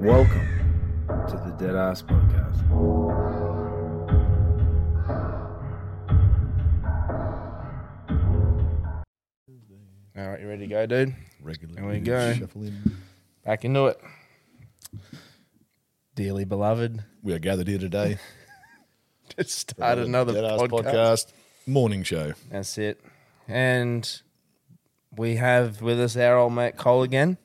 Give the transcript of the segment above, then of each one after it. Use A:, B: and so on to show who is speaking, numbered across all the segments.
A: Welcome to the Dead Ass Podcast. All right, you ready to go, dude?
B: regular.
A: There we
B: dude,
A: go.
B: Shuffling.
A: Back into it. Dearly beloved,
B: We are gathered here today.
A: to start another
B: Deadass
A: podcast.
B: morning show.
A: That's it. And we have with us our old mate Cole again.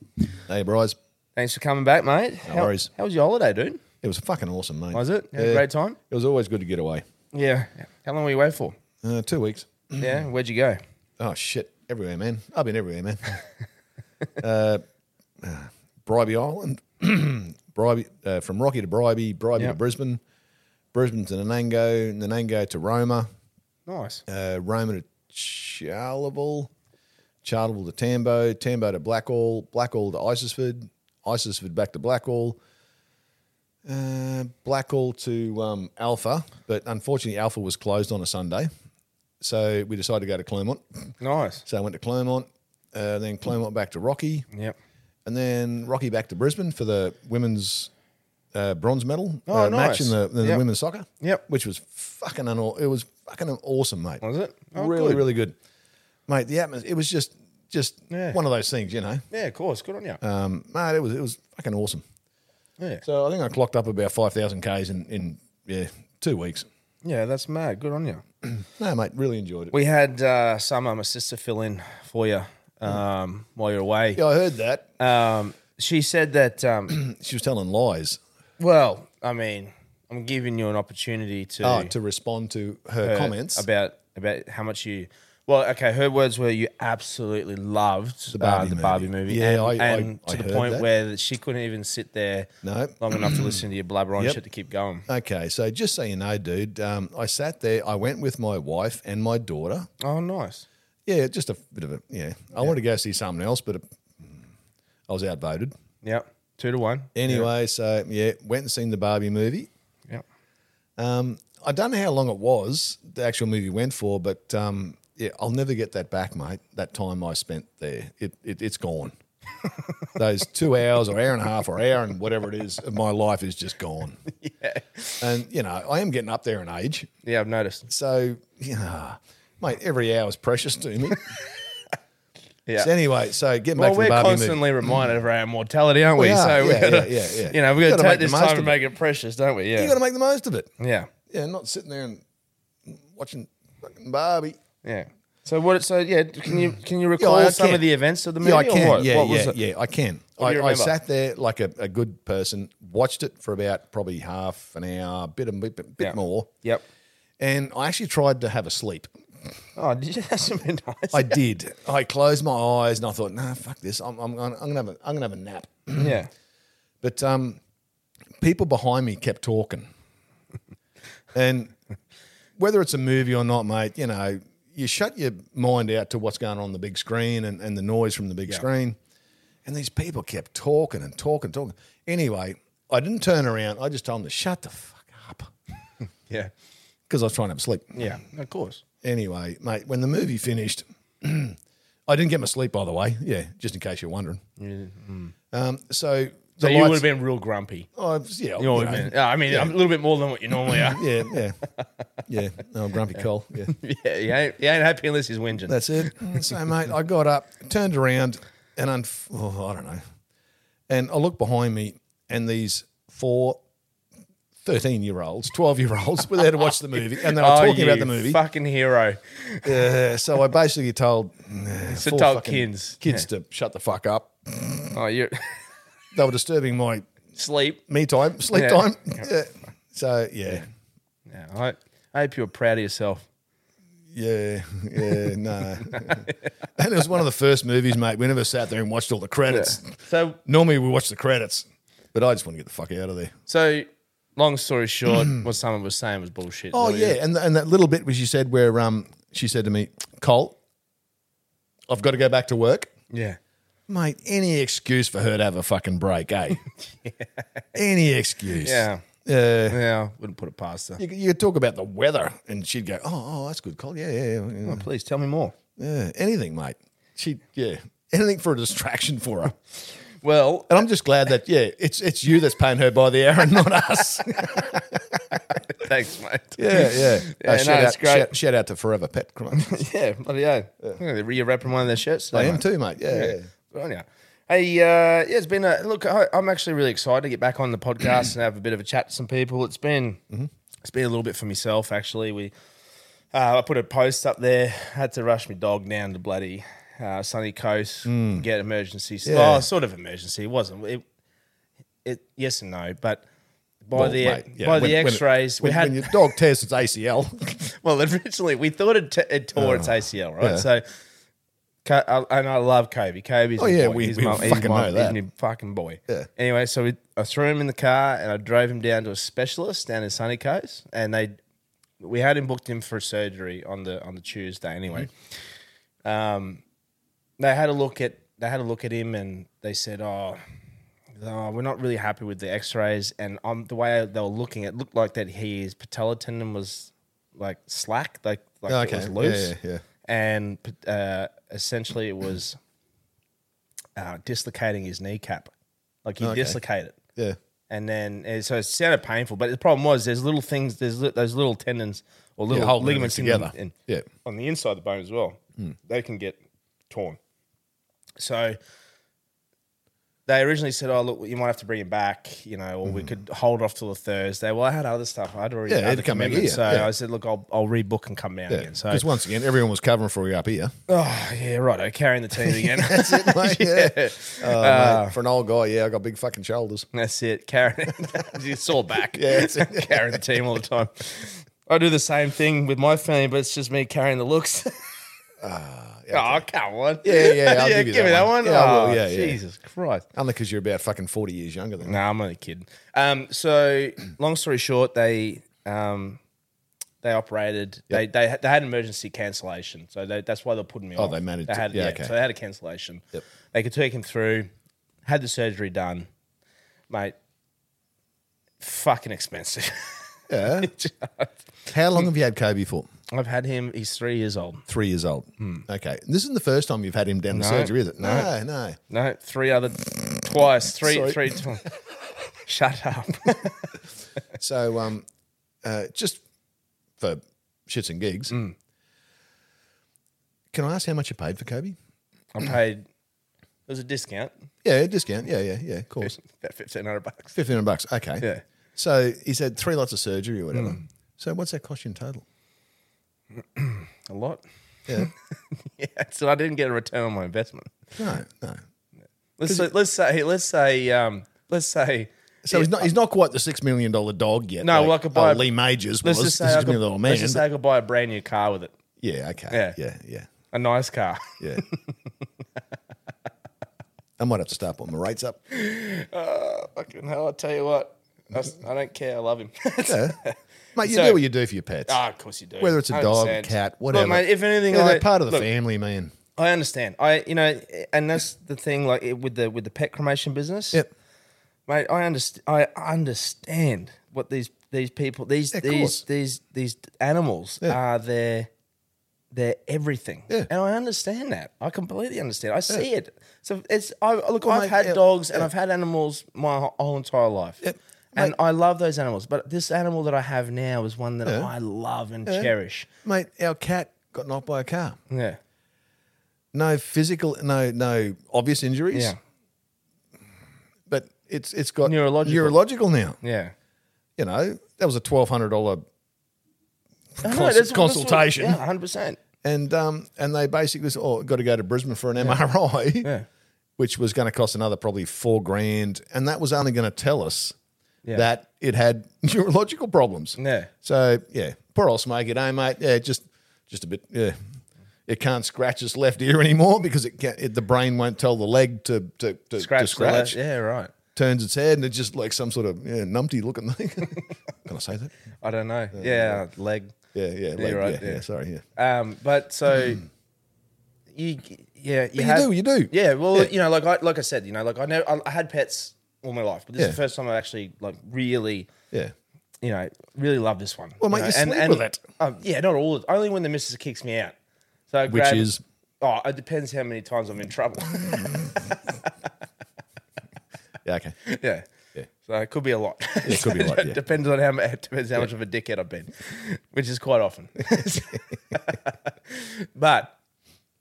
B: Hey, Bryce.
A: Thanks for coming back, mate.
B: No
A: how,
B: worries.
A: How was your holiday, dude?
B: It was fucking awesome, mate.
A: Was it? You had a
B: Yeah.
A: great time?
B: It was always good to get away.
A: Yeah. How long were you away for?
B: Uh, two weeks.
A: yeah. Where'd you go?
B: Oh shit! Everywhere, man. I've been everywhere, man. uh, uh, Bribey Island, Bribey uh, from Rocky to Bribey, Bribey to
A: Yep.
B: Brisbane, Brisbane to Nanango, Nanango to Roma,
A: Nice.
B: uh, Roma to Charleville, Charleville to Tambo, Tambo to Blackall, Blackall to Isisford, Isisford back to Blackall, uh, Blackall to um, Alpha, but unfortunately Alpha was closed on a Sunday, so we decided to go to Clermont.
A: Nice.
B: So I went to Clermont, uh, then Clermont back to Rocky,
A: Yep.
B: and then Rocky back to Brisbane for the women's uh, bronze medal
A: Oh,
B: uh,
A: nice.
B: match in the, in the
A: Yep.
B: women's soccer.
A: Yep.
B: which was fucking unal- It was fucking awesome, mate.
A: Was it? Oh,
B: really,
A: good.
B: really good, mate. The atmosphere. It was just, just
A: Yeah.
B: one of those things, you know.
A: Yeah, of course. Good on you.
B: Um, mate, it was, it was fucking awesome.
A: yeah.
B: So I think I clocked up about five thousand k's in, in yeah two weeks.
A: Yeah, that's mad. Good on you.
B: No, mate, really enjoyed it.
A: We had uh, Summer, my sister, fill in for you um, while you're away.
B: yeah, I heard that.
A: Um, she said that um,
B: she was telling lies.
A: Well, I mean, I'm giving you an opportunity to,
B: Oh, to respond to her,
A: uh,
B: comments
A: about about how much you. Well, okay, her words were you absolutely loved the
B: Barbie
A: the
B: movie.
A: Barbie movie.
B: Yeah,
A: and,
B: I- I-
A: and
B: I
A: to the
B: heard
A: point
B: that.
A: where she couldn't even sit there
B: No.
A: long enough to listen to your blabber on
B: Yep.
A: shit to keep going.
B: Okay, so just so you know, dude, um, I sat there. I went with my wife and my daughter.
A: Oh, nice.
B: Yeah, just a bit of a yeah. I wanted to go see something else, but mm, I was outvoted.
A: Yep, two to one.
B: Anyway, so yeah, went and seen the Barbie movie.
A: Yep.
B: Um, I don't know how long it was the actual movie went for, but um, yeah, I'll never get that back, mate. That time I spent there, it, it it's gone. Those two hours or hour and a half or hour and whatever it is of my life is just gone. yeah. And you know, I am getting up there in age.
A: Yeah, I've noticed.
B: So, yeah, mate, every hour is precious to me.
A: Yeah.
B: So anyway, so getting
A: well,
B: back to
A: we're
B: the Barbie movie. Mm.
A: constantly reminded of our immortality, aren't we?
B: We are.
A: so we
B: Yeah,
A: gotta,
B: yeah, yeah, yeah.
A: you know, we got to take
B: Gotta make the
A: this
B: most
A: time and
B: of it.
A: make it precious, don't we? Yeah,
B: You got to make the most of it.
A: yeah,
B: Yeah, not sitting there and watching fucking Barbie.
A: yeah. So what? So yeah, can you can you
B: Mm. Yeah,
A: recall
B: I
A: some
B: can.
A: of the events of the movie?
B: Yeah, I
A: or
B: can.
A: What?
B: Yeah,
A: What
B: yeah,
A: was it?
B: yeah, I can.
A: What do
B: I,
A: you
B: I
A: remember?
B: sat there like a, a good person, watched it for about probably half an hour, bit a bit, bit
A: Yeah.
B: more,
A: Yep.
B: and I actually tried to have a sleep.
A: Oh, did you? That's been nice.
B: I did. I closed my eyes and I thought, nah, fuck this. I'm, I'm, gonna- I'm gonna have a, I'm gonna have a nap.
A: yeah.
B: But um, people behind me kept talking, and whether it's a movie or not, mate, you know, you shut your mind out to what's going on on the big screen and, and the noise from the big screen. And these people kept talking and talking, talking. Anyway, I didn't turn around. I just told them to shut the fuck up
A: Yeah.
B: because I was trying to have a sleep.
A: Yeah. Of course.
B: Anyway, mate, when the movie finished, I didn't get my sleep, by the way. Yeah, just in case you're wondering. Um, so,
A: hmm. So
B: the
A: you would have
B: lights-
A: been real grumpy.
B: I was- yeah,
A: You know,
B: you know,
A: man. Yeah, I mean, I'm a little bit more than what you normally are.
B: yeah, yeah, yeah. No, grumpy Cole. Yeah,
A: yeah, he ain't, he ain't happy unless he's whinging.
B: that's it. So, mate, I got up, turned around, and unf- oh, I don't know. And I looked behind me, and these four 13 year olds, 12 year olds were there to watch the movie, and they were
A: Oh,
B: talking about
A: you
B: the movie.
A: Fucking hero.
B: Uh, so I basically told, uh,
A: So
B: four
A: told
B: fucking
A: kids.
B: kids to shut the fuck up.
A: Oh, you
B: They were disturbing my
A: sleep.
B: me time, sleep
A: Yeah.
B: time. Yeah. So, yeah.
A: Yeah, I, I hope you're proud of yourself.
B: Yeah, yeah, no. and it was one of the first movies, mate. We never sat there and watched all the credits.
A: So
B: Normally we watch the credits, but I just want to get the fuck out of there.
A: so long story short, what someone was saying was bullshit.
B: Oh
A: Really.
B: yeah, and and that little bit which you said where um she said to me, Colt, I've got to go back to work,
A: yeah.
B: mate. Any excuse for her to have a fucking break, eh? Any excuse?
A: Yeah.
B: Yeah.
A: Yeah, wouldn't put it past her.
B: You, could- you could talk about the weather, and she'd go, "Oh, oh, that's good, Colt. Yeah, yeah, yeah, yeah.
A: Please tell me more.
B: yeah. Anything, mate. She, yeah, anything for a distraction for her."
A: Well,
B: And I'm just glad that yeah, it's it's you that's paying her by the hour and not us.
A: thanks, mate.
B: yeah, yeah.
A: Yeah, no,
B: shout,
A: it's
B: out,
A: great.
B: Shout, shout out to Forever Pet Crunch.
A: Yeah, bloody hell. Yeah. They're rewrapping one of their shirts today.
B: I am
A: mate.
B: too, mate. Yeah, yeah.
A: Good on ya. Hey, uh, yeah, it's been a look. I, I'm actually really excited to get back on the podcast and have a bit of a chat to some people. It's been
B: Mm-hmm.
A: it's been a little bit for myself actually. We uh, I put a post up there. Had to rush my dog down to bloody uh, sunny coast get emergency.
B: Mm. Yeah.
A: Well, sort of emergency. It wasn't it? it yes and no, but. By
B: Well,
A: the
B: mate, yeah,
A: by
B: when-
A: the
B: when it-
A: X-rays,
B: When,
A: we had
B: when your dog tears its ACL,
A: well, originally we thought it, t- it tore
B: Oh,
A: its ACL, right? So, Co- I- and I love Kobe. Kobe's
B: Oh,
A: my
B: yeah,
A: boy.
B: we-
A: he's
B: we
A: my, he's
B: fucking
A: my,
B: know
A: he's
B: that.
A: my fucking boy.
B: Yeah.
A: Anyway, so we, I threw him in the car and I drove him down to a specialist down in Sunny Coast, and they we had him booked in for surgery on the on the Tuesday. Anyway, um, they had a look at they had a look at him and they said, oh. "Oh, we're not really happy with the X-rays, and um, the way they were looking, it looked like that his patellar tendon was like slack, like like it
B: Okay,
A: was loose,
B: yeah, yeah, yeah.
A: and uh, essentially it was uh, dislocating his kneecap, like he dislocated, it.
B: yeah,
A: and then and so it sounded painful. But the problem was there's little things, there's li- those little tendons or little
B: holding them
A: ligaments in the-
B: together.
A: in-
B: yeah.
A: on the inside of the bone as well.
B: Hmm.
A: They can get torn. So they originally said, "Oh, look, you might have to bring him back," you know, or we could hold off till the Thursday. Well, I had other stuff. I'd already
B: Hmm. Yeah,
A: had
B: it'd
A: other
B: come in
A: commitments.
B: here,
A: so
B: yeah.
A: I said, "Look, I'll, I'll rebook and come down again." So,
B: Because once again, everyone was covering for you up here.
A: oh yeah, right. I'm carrying the team again.
B: That's it, mate. Yeah. Oh,
A: Uh,
B: mate, for an old guy, yeah, I got big fucking shoulders.
A: That's it. Karen, you saw back.
B: Yeah, that's it.
A: carrying the team all the time. I do the same thing with my family, but it's just me carrying the looks. Oh, come on.
B: Ah, Yeah, yeah, I'll give you
A: me
B: that
A: that one.
B: one. Yeah, I will.
A: Oh,
B: Yeah, yeah.
A: Jesus Christ.
B: Only because you're about fucking forty years younger than me.
A: No, I'm only kidding. Um, so long story short, they um, they operated. They they they had an emergency cancellation, so they, that's why they're putting me.
B: Oh,
A: off.
B: they managed it.
A: had,
B: Yeah, okay.
A: So they had a cancellation.
B: Yep.
A: They could take him through. Had the surgery done, mate. Fucking expensive.
B: Yeah. How long have you had Kobe for?
A: I've had him. He's three years old.
B: Three years old. Okay. This isn't the first time you've had him down to surgery, is it? No, no.
A: Hmm. No, three other, twice, three,
B: Sorry.
A: three twi- Shut up.
B: So, um, uh, just for shits and gigs,
A: Hmm.
B: can I ask how much you paid for Kobe?
A: I paid. It was a discount.
B: Yeah, discount. Yeah, yeah, yeah. Of course,
A: About fifteen hundred bucks.
B: fifteen hundred bucks. Okay.
A: Yeah. Hmm.
B: So he's had three lots of surgery or whatever. So what's that cost you in total?
A: A lot.
B: Yeah.
A: yeah, so I didn't get a return on my investment.
B: No, no.
A: Let's say, let's say let's say um, let's say
B: So he's not he's not quite the six million dollar dog yet.
A: No, well, I could buy a-
B: oh, Lee Majors was
A: let's
B: the
A: just say
B: six
A: I
B: million
A: could,
B: dollar man.
A: let's just say I could buy a brand new car with it,
B: yeah, okay.
A: Yeah.
B: yeah, yeah,
A: a nice car.
B: yeah. I might have to start putting my rates up.
A: Ah, Fucking hell! I tell you what, I, s- I don't care. I love him.
B: Yeah. Mate, you
A: So-
B: do what you do for your pets.
A: Ah, of course you do.
B: Whether it's a dog, a
A: 100%.
B: cat,
A: Look,
B: whatever.
A: mate, if anything,
B: yeah,
A: I,
B: they're part of the
A: look,
B: family, man.
A: I understand. I, you know, and that's the thing. Like it- with the with the pet cremation business,
B: Yep.
A: mate. I understand. I understand what these these people these
B: Yeah, of course.
A: these these these animals
B: Yeah.
A: are their their everything.
B: Yeah.
A: and I understand that. I completely understand. I see it. So it's I look.
B: Well,
A: I've
B: mate,
A: had
B: yeah,
A: dogs and
B: yeah.
A: I've had animals my wh- whole entire life.
B: Yep,
A: And I love those animals, but this animal that I have now is one that
B: Yeah.
A: I love and cherish.
B: Mate, our cat got knocked by a car.
A: Yeah,
B: No physical, no no obvious injuries.
A: yeah,
B: but it's it's got
A: Neurological.
B: neurological now.
A: yeah.
B: You know that was a twelve hundred dollar
A: I know,
B: Consul-
A: that's- that's what-
B: consultation.
A: yeah, hundred percent.
B: and um, and they basically said, "Oh, got to go to Brisbane for an MRI,"
A: Yeah.
B: which was going to cost another probably four grand, and that was only going to tell us
A: Yeah.
B: that it had neurological problems.
A: Yeah.
B: So yeah, poor old Smokey, it, eh, mate? Yeah, just just a bit. Yeah, it can't scratch its left ear anymore because it can't. It, the brain won't tell the leg to to, to
A: Scratch.
B: to
A: the-
B: scratch.
A: yeah, right.
B: Turns its head and it's just like some sort of yeah, numpty looking thing. Can I say that?
A: I don't know.
B: Uh,
A: yeah, leg.
B: Yeah, yeah, leg,
A: right, yeah.
B: Sorry, yeah.
A: Um, but so
B: Mm.
A: you, yeah, you,
B: you
A: have-
B: do, you do.
A: Yeah, well,
B: Yeah.
A: you know, like I, like I said, you know, like I know I, I had pets all my life, but this is the
B: Yeah.
A: first time I actually like really,
B: Yeah.
A: you know, really love this one.
B: Well, mate,
A: know,
B: you sleep with it.
A: Um, yeah, not all. Only when the missus kicks me out. So I
B: Which
A: grab-
B: is?
A: oh, it depends how many times I'm in trouble.
B: Yeah, okay.
A: yeah.
B: Yeah.
A: So it could be a lot.
B: it could be a lot, yeah.
A: depends on how mu- depends how much of a dickhead I've been, which is quite often. but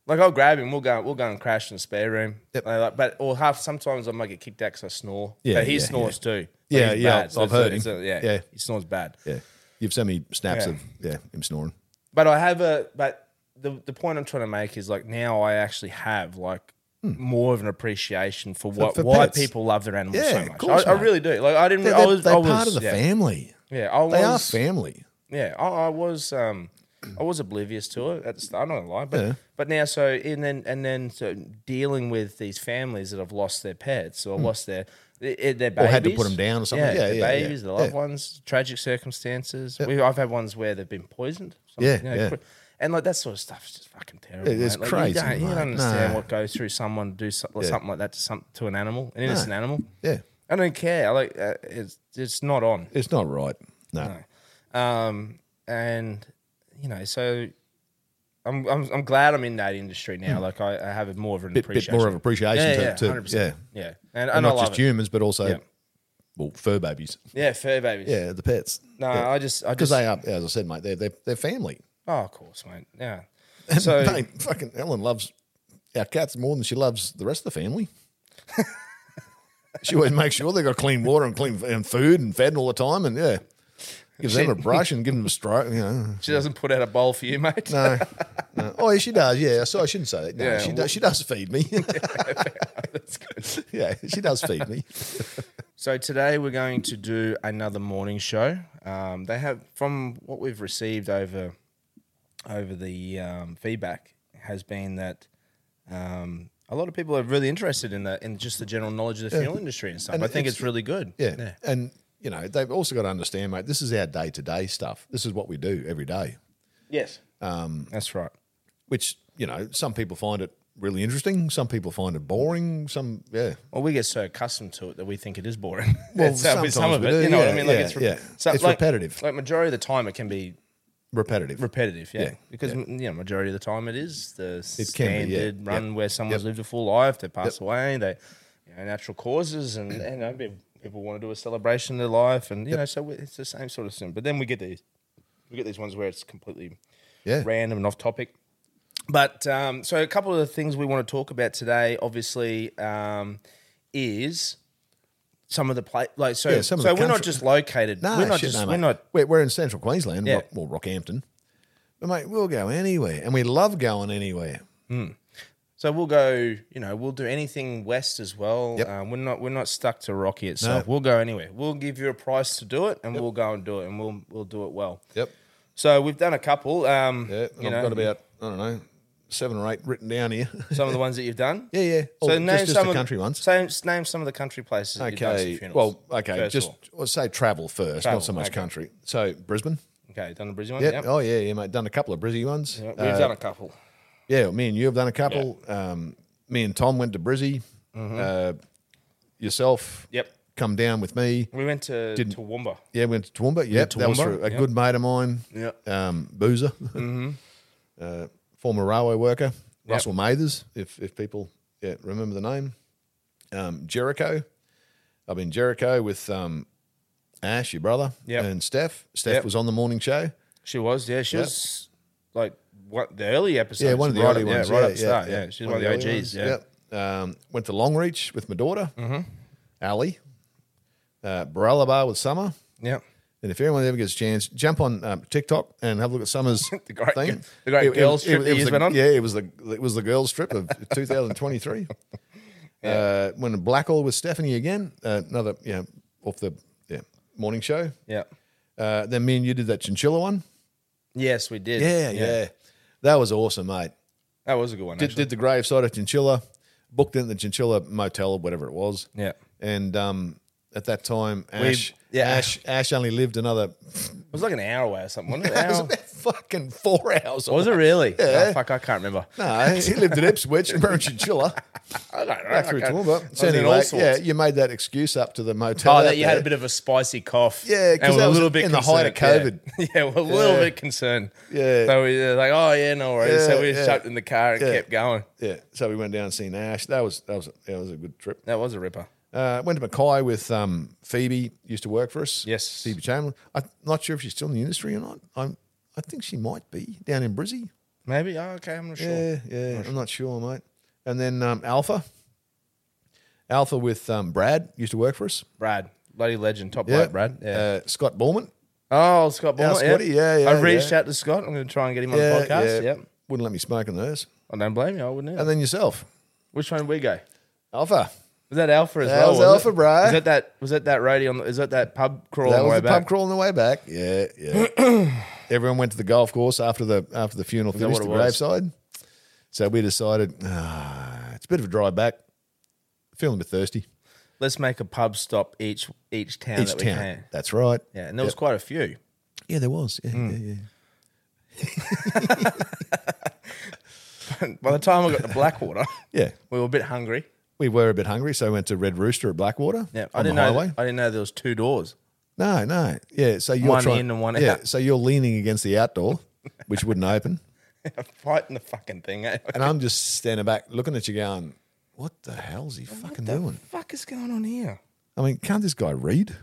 A: like I'll grab him, we'll go we'll go and crash in the spare room.
B: Yep.
A: Uh, like, but or half sometimes I might get kicked out because I snore.
B: Yeah,
A: but he
B: yeah,
A: snores too. Like,
B: Yeah,
A: he's
B: yeah,
A: bad.
B: I've
A: it's a-
B: heard
A: it's
B: him.
A: a- yeah,
B: Yeah.
A: he snores bad.
B: Yeah. You've sent me snaps
A: Yeah.
B: of yeah, him snoring.
A: But I have a but the the point I'm trying to make is like now I actually have like more of an appreciation for what
B: Hmm. for
A: why
B: pets.
A: people love their animals
B: Yeah,
A: so
B: of
A: much.
B: course,
A: I, I
B: mate.
A: really do. Like I didn't.
B: They're,
A: I
B: they're-
A: was,
B: they're
A: I was
B: part of the
A: yeah.
B: family.
A: Yeah, I
B: They
A: was.
B: are family.
A: Yeah, I, I was. Um, I was oblivious to it at the start. I'm not gonna lie, but
B: Yeah.
A: but now so and then and then so dealing with these families that have lost their pets or lost their their their
B: Hmm. Or
A: babies
B: had to put 'em down or something.
A: Yeah,
B: Yeah,
A: the
B: yeah, yeah.
A: babies, the loved
B: Yeah.
A: ones, tragic circumstances. We, I've had ones where they've been poisoned.
B: Yeah,
A: you know,
B: yeah.
A: cr- And like that sort of stuff is just fucking terrible.
B: It is
A: mate. Like,
B: crazy,
A: You don't, you don't
B: mate.
A: understand
B: Nah.
A: what goes through someone to do so, like something like that to some to an animal, an innocent animal.
B: Yeah.
A: I don't care. I Like uh, it's it's not on.
B: It's not right. No.
A: Um, and you know, so I'm, I'm I'm glad I'm in that industry now. Like I, I have more of an
B: Mm. Bit, bit
A: appreciation.
B: more of appreciation
A: yeah,
B: to,
A: yeah,
B: to-
A: yeah, 100%.
B: yeah.
A: yeah, and,
B: And
A: and I
B: not
A: love
B: just
A: it.
B: humans, but also
A: Yeah.
B: well, fur babies.
A: Yeah, fur babies.
B: Yeah, the pets.
A: No, I just I
B: Because
A: just
B: they are, as I said, mate, they're they're, they're family.
A: oh, of course, mate. Yeah. So
B: Mate, fucking Ellen loves our cats more than she loves the rest of the family. she always makes sure they got clean water and clean and food and fed all the time, and yeah, gives them a brush and give them a stroke. You know,
A: she doesn't put out a bowl for you, mate.
B: no, no. Oh, yeah, she does. Yeah, so I shouldn't say that. No,
A: Yeah,
B: she
A: well-
B: does. She does feed me.
A: That's good.
B: yeah, she does feed me.
A: So today we're going to do another morning show. Um, they have from what we've received over over the um, feedback has been that um, a lot of people are really interested in the in just the general knowledge of the funeral industry and stuff.
B: And
A: I think
B: it's-
A: it's, really good.
B: Yeah. and you know they've also got to understand, mate. This is our day to day stuff. This is what we do every day.
A: Yes. Um, That's right.
B: Which you know, some people find it really interesting. Some people find it boring. Some, yeah.
A: Well, we get so accustomed to it that we think it is boring.
B: Well,
A: It's, uh, with some
B: sometimes
A: of
B: we
A: it,
B: do,
A: you know what I
B: yeah,
A: mean? Like
B: yeah,
A: it's, re-
B: yeah.
A: so,
B: It's
A: like-
B: repetitive.
A: Like majority of the time, it can be
B: repetitive.
A: repetitive, yeah.
B: Yeah,
A: Because you know, majority of the time it is the
B: can be, yeah,
A: standard
B: yeah.
A: run where someone's lived a full life, they pass away, they you know, natural causes, and and you know, people- people want to do a celebration of their life, and you know, so we- it's the same sort of thing. But then we get these, we get these ones where it's completely
B: Yeah.
A: random and off topic. But um, so a couple of the things we want to talk about today, obviously, um, is some of the play like so.
B: Yeah, some of
A: so
B: the
A: we're not
B: country-
A: just located.
B: No,
A: we're not
B: shit,
A: just
B: no,
A: we're
B: mate.
A: not
B: We're, we're in central Queensland,
A: Yeah.
B: Rock, well, Rockhampton. But mate, we'll go anywhere, and we love going anywhere.
C: So we'll go. You know, we'll do anything west as well.
B: Yep.
C: Um, we're not we're not stuck to Rocky itself. We'll go anywhere. We'll give you a price to do it, and we'll go and do it, and we'll we'll do it well.
B: Yep.
C: So we've done a couple. Um,
B: Yeah, and
C: you
B: I've
C: know,
B: got about I don't know seven or eight written down here.
C: some of the ones that you've done.
B: yeah, yeah.
C: So
B: Or
C: name
B: just, just
C: some
B: the
C: of,
B: country ones.
C: Same, name some of the country places. that you've done some
B: Okay.
C: funerals,
B: Well, okay.
C: first of
B: Just
C: all.
B: let's say travel first,
C: Travel,
B: not so much
C: okay.
B: country. So Brisbane.
C: okay. Done the Brisbane one.
B: Yep.
C: Yep.
B: Oh yeah, yeah, mate. Done a couple of Brizzy ones.
C: Yep, We've
B: Uh,
C: done a couple.
B: Yeah, me and you have done a couple. Um, me and Tom went to Brizzy. Uh, yourself.
C: Yep.
B: Come down with me.
C: We went to
B: didn't-
C: to Toowoomba.
B: Yeah, went to Toowoomba. Yep, that was
C: Toowoomba,
B: through a
C: yep. Mm-hmm.
B: good mate of mine.
C: Yep.
B: Um, Boozer, uh, former railway worker, Russell Mathers, if if people yeah, remember the name. Um, Jericho, I've been Jericho with um, Ash, your brother,
C: Yep.
B: and Steph. Steph
C: Yep.
B: was on the morning show.
C: She was. Yeah. She
B: Yep.
C: was like what the early episodes.
B: Yeah, one of the
C: right
B: early
C: up-
B: ones.
C: Yeah, right up the start. Yeah. She's one, of the
B: early
C: OGs.
B: ones.
C: Yeah. Mm-hmm.
B: Yep. Um, went to Longreach with my daughter, Ali. Uh, Barella Bar with Summer.
C: Yep.
B: And if anyone ever gets a chance, jump on um, TikTok and have a look at Summer's
C: The great-
B: thing.
C: the great girls trip that
B: was
C: you've
B: the-
C: been on?
B: Yeah, it was the it was the girls trip of 2023. uh, went to Blackall with Stephanie again. Uh, another you know, off the yeah, morning show.
C: Yep.
B: Uh, then me and you did that chinchilla one.
C: Yes, we did.
B: Yeah, yeah, that was awesome, mate.
C: That was a good one.
B: Did,
C: actually.
B: did the graveside of chinchilla, booked in the chinchilla motel or whatever it was.
C: Yeah.
B: and um, at that time, Ash,
C: yeah.
B: Ash, Ash only lived another
C: It was like an hour away or something. Wasn't it?
B: It was
C: Hour?
B: about fucking four hours.
C: was it really?
B: Yeah.
C: Oh, fuck, I can't remember.
B: No, he lived at Ipswich and Burn Chinchilla.
C: I don't know.
B: Back through
C: Okay. I
B: Toowoomba.
C: was
B: So
C: in
B: anyway,
C: all sorts.
B: yeah, you made that excuse up to the motel.
C: Oh,
B: out
C: that you had a
B: there.
C: bit of a spicy cough.
B: Yeah, 'cause
C: and we're
B: that
C: a
B: was
C: little bit
B: in the height of
C: concerned. Yeah, yeah we're a little
B: Yeah.
C: bit concerned.
B: Yeah.
C: So we were like, oh yeah, no worries. so
B: Yeah,
C: we
B: yeah.
C: jumped in the car and
B: Yeah.
C: kept going.
B: Yeah, so we went down and seen Ash. That was that was that was a good trip.
C: That was a ripper.
B: Uh, went to Mackay with um, Phoebe. Used to work for us.
C: Yes.
B: Phoebe Chamberlain. I'm not sure if she's still in the industry or not. I'm. I think she might be down in Brizzy.
C: Maybe. Oh, okay, I'm not sure.
B: Yeah, yeah. I'm not sure, mate. And then um, Alpha. Alpha with um, Brad used to work for us.
C: Brad, bloody legend, top
B: Yeah,
C: bloke, Brad. Yeah.
B: Uh, Scott Borman.
C: oh, Scott
B: our
C: Ball.
B: Scotty, yeah, yeah,
C: I reached
B: yeah.
C: out to Scott. I'm going to try and get him on the podcast. Yep.
B: Wouldn't let me smoke in theirs.
C: I don't blame you. I wouldn't. Either.
B: And then yourself,
C: Which one did we go?
B: Alpha.
C: Was that Alpha as
B: That
C: well?
B: was
C: it?
B: Alpha, bro.
C: Was that that? Was that that radio? On the, is that that pub crawl?
B: That
C: on the
B: was
C: way
B: the
C: back?
B: pub crawl on the way back. Yeah, yeah. Everyone went to the golf course after the after the funeral
C: that
B: finished, the
C: what it was?
B: graveside. So we decided ah, it's a bit of a drive back. Feeling a bit thirsty.
C: Let's make a pub stop each each town
B: Each
C: that we
B: town.
C: can.
B: That's right.
C: Yeah, Hmm. and there was quite a few.
B: Yeah, there was. Yeah, yeah, yeah.
C: By the time I got to Blackwater,
B: Yeah.
C: we were a bit hungry.
B: We were a bit hungry, so we went to Red Rooster at Blackwater.
C: Yeah,
B: on
C: I didn't
B: the
C: know.
B: highway.
C: I didn't know there was two doors.
B: No, no. Yeah, so you're
C: One
B: trying,
C: in and one
B: yeah,
C: out.
B: So you're leaning against the outdoor, which wouldn't open.
C: Fighting the fucking thing. Eh?
B: And I'm just standing back looking at you going, what the hell's he fucking
C: What
B: doing?
C: the fuck is going on here?
B: I mean, can't this guy read?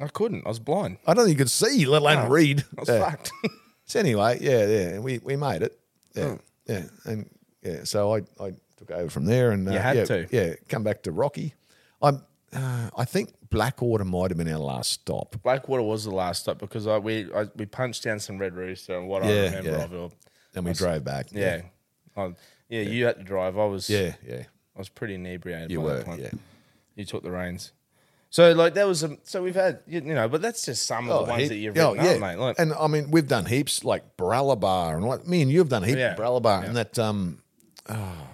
C: I couldn't. I was blind.
B: I don't think he could see, let alone read.
C: I was
B: Yeah.
C: fucked.
B: So anyway, yeah, yeah, we, we made it. Yeah,
C: Hmm.
B: yeah. And yeah, so I, I took over from there and uh,
C: You had
B: yeah,
C: to.
B: yeah, come back to Rocky. I'm, uh, I think Blackwater might have been our last stop.
C: Blackwater was the last stop because I we I, we punched down some Red Rooster and what I
B: Yeah,
C: remember
B: yeah.
C: of it.
B: And we drove back.
C: Yeah. I- yeah, you had to drive. I was
B: Yeah, yeah.
C: I was pretty inebriated
B: You
C: by
B: were,
C: that point.
B: yeah.
C: You took the reins. So like that was a so we've had you you know, but that's just some of the ones
B: heap-
C: that you've
B: oh,
C: written up, mate. Like,
B: and I mean, we've done heaps like Bralabar and what me and you have done heaps
C: Yeah.
B: yeah. Bralabar and that um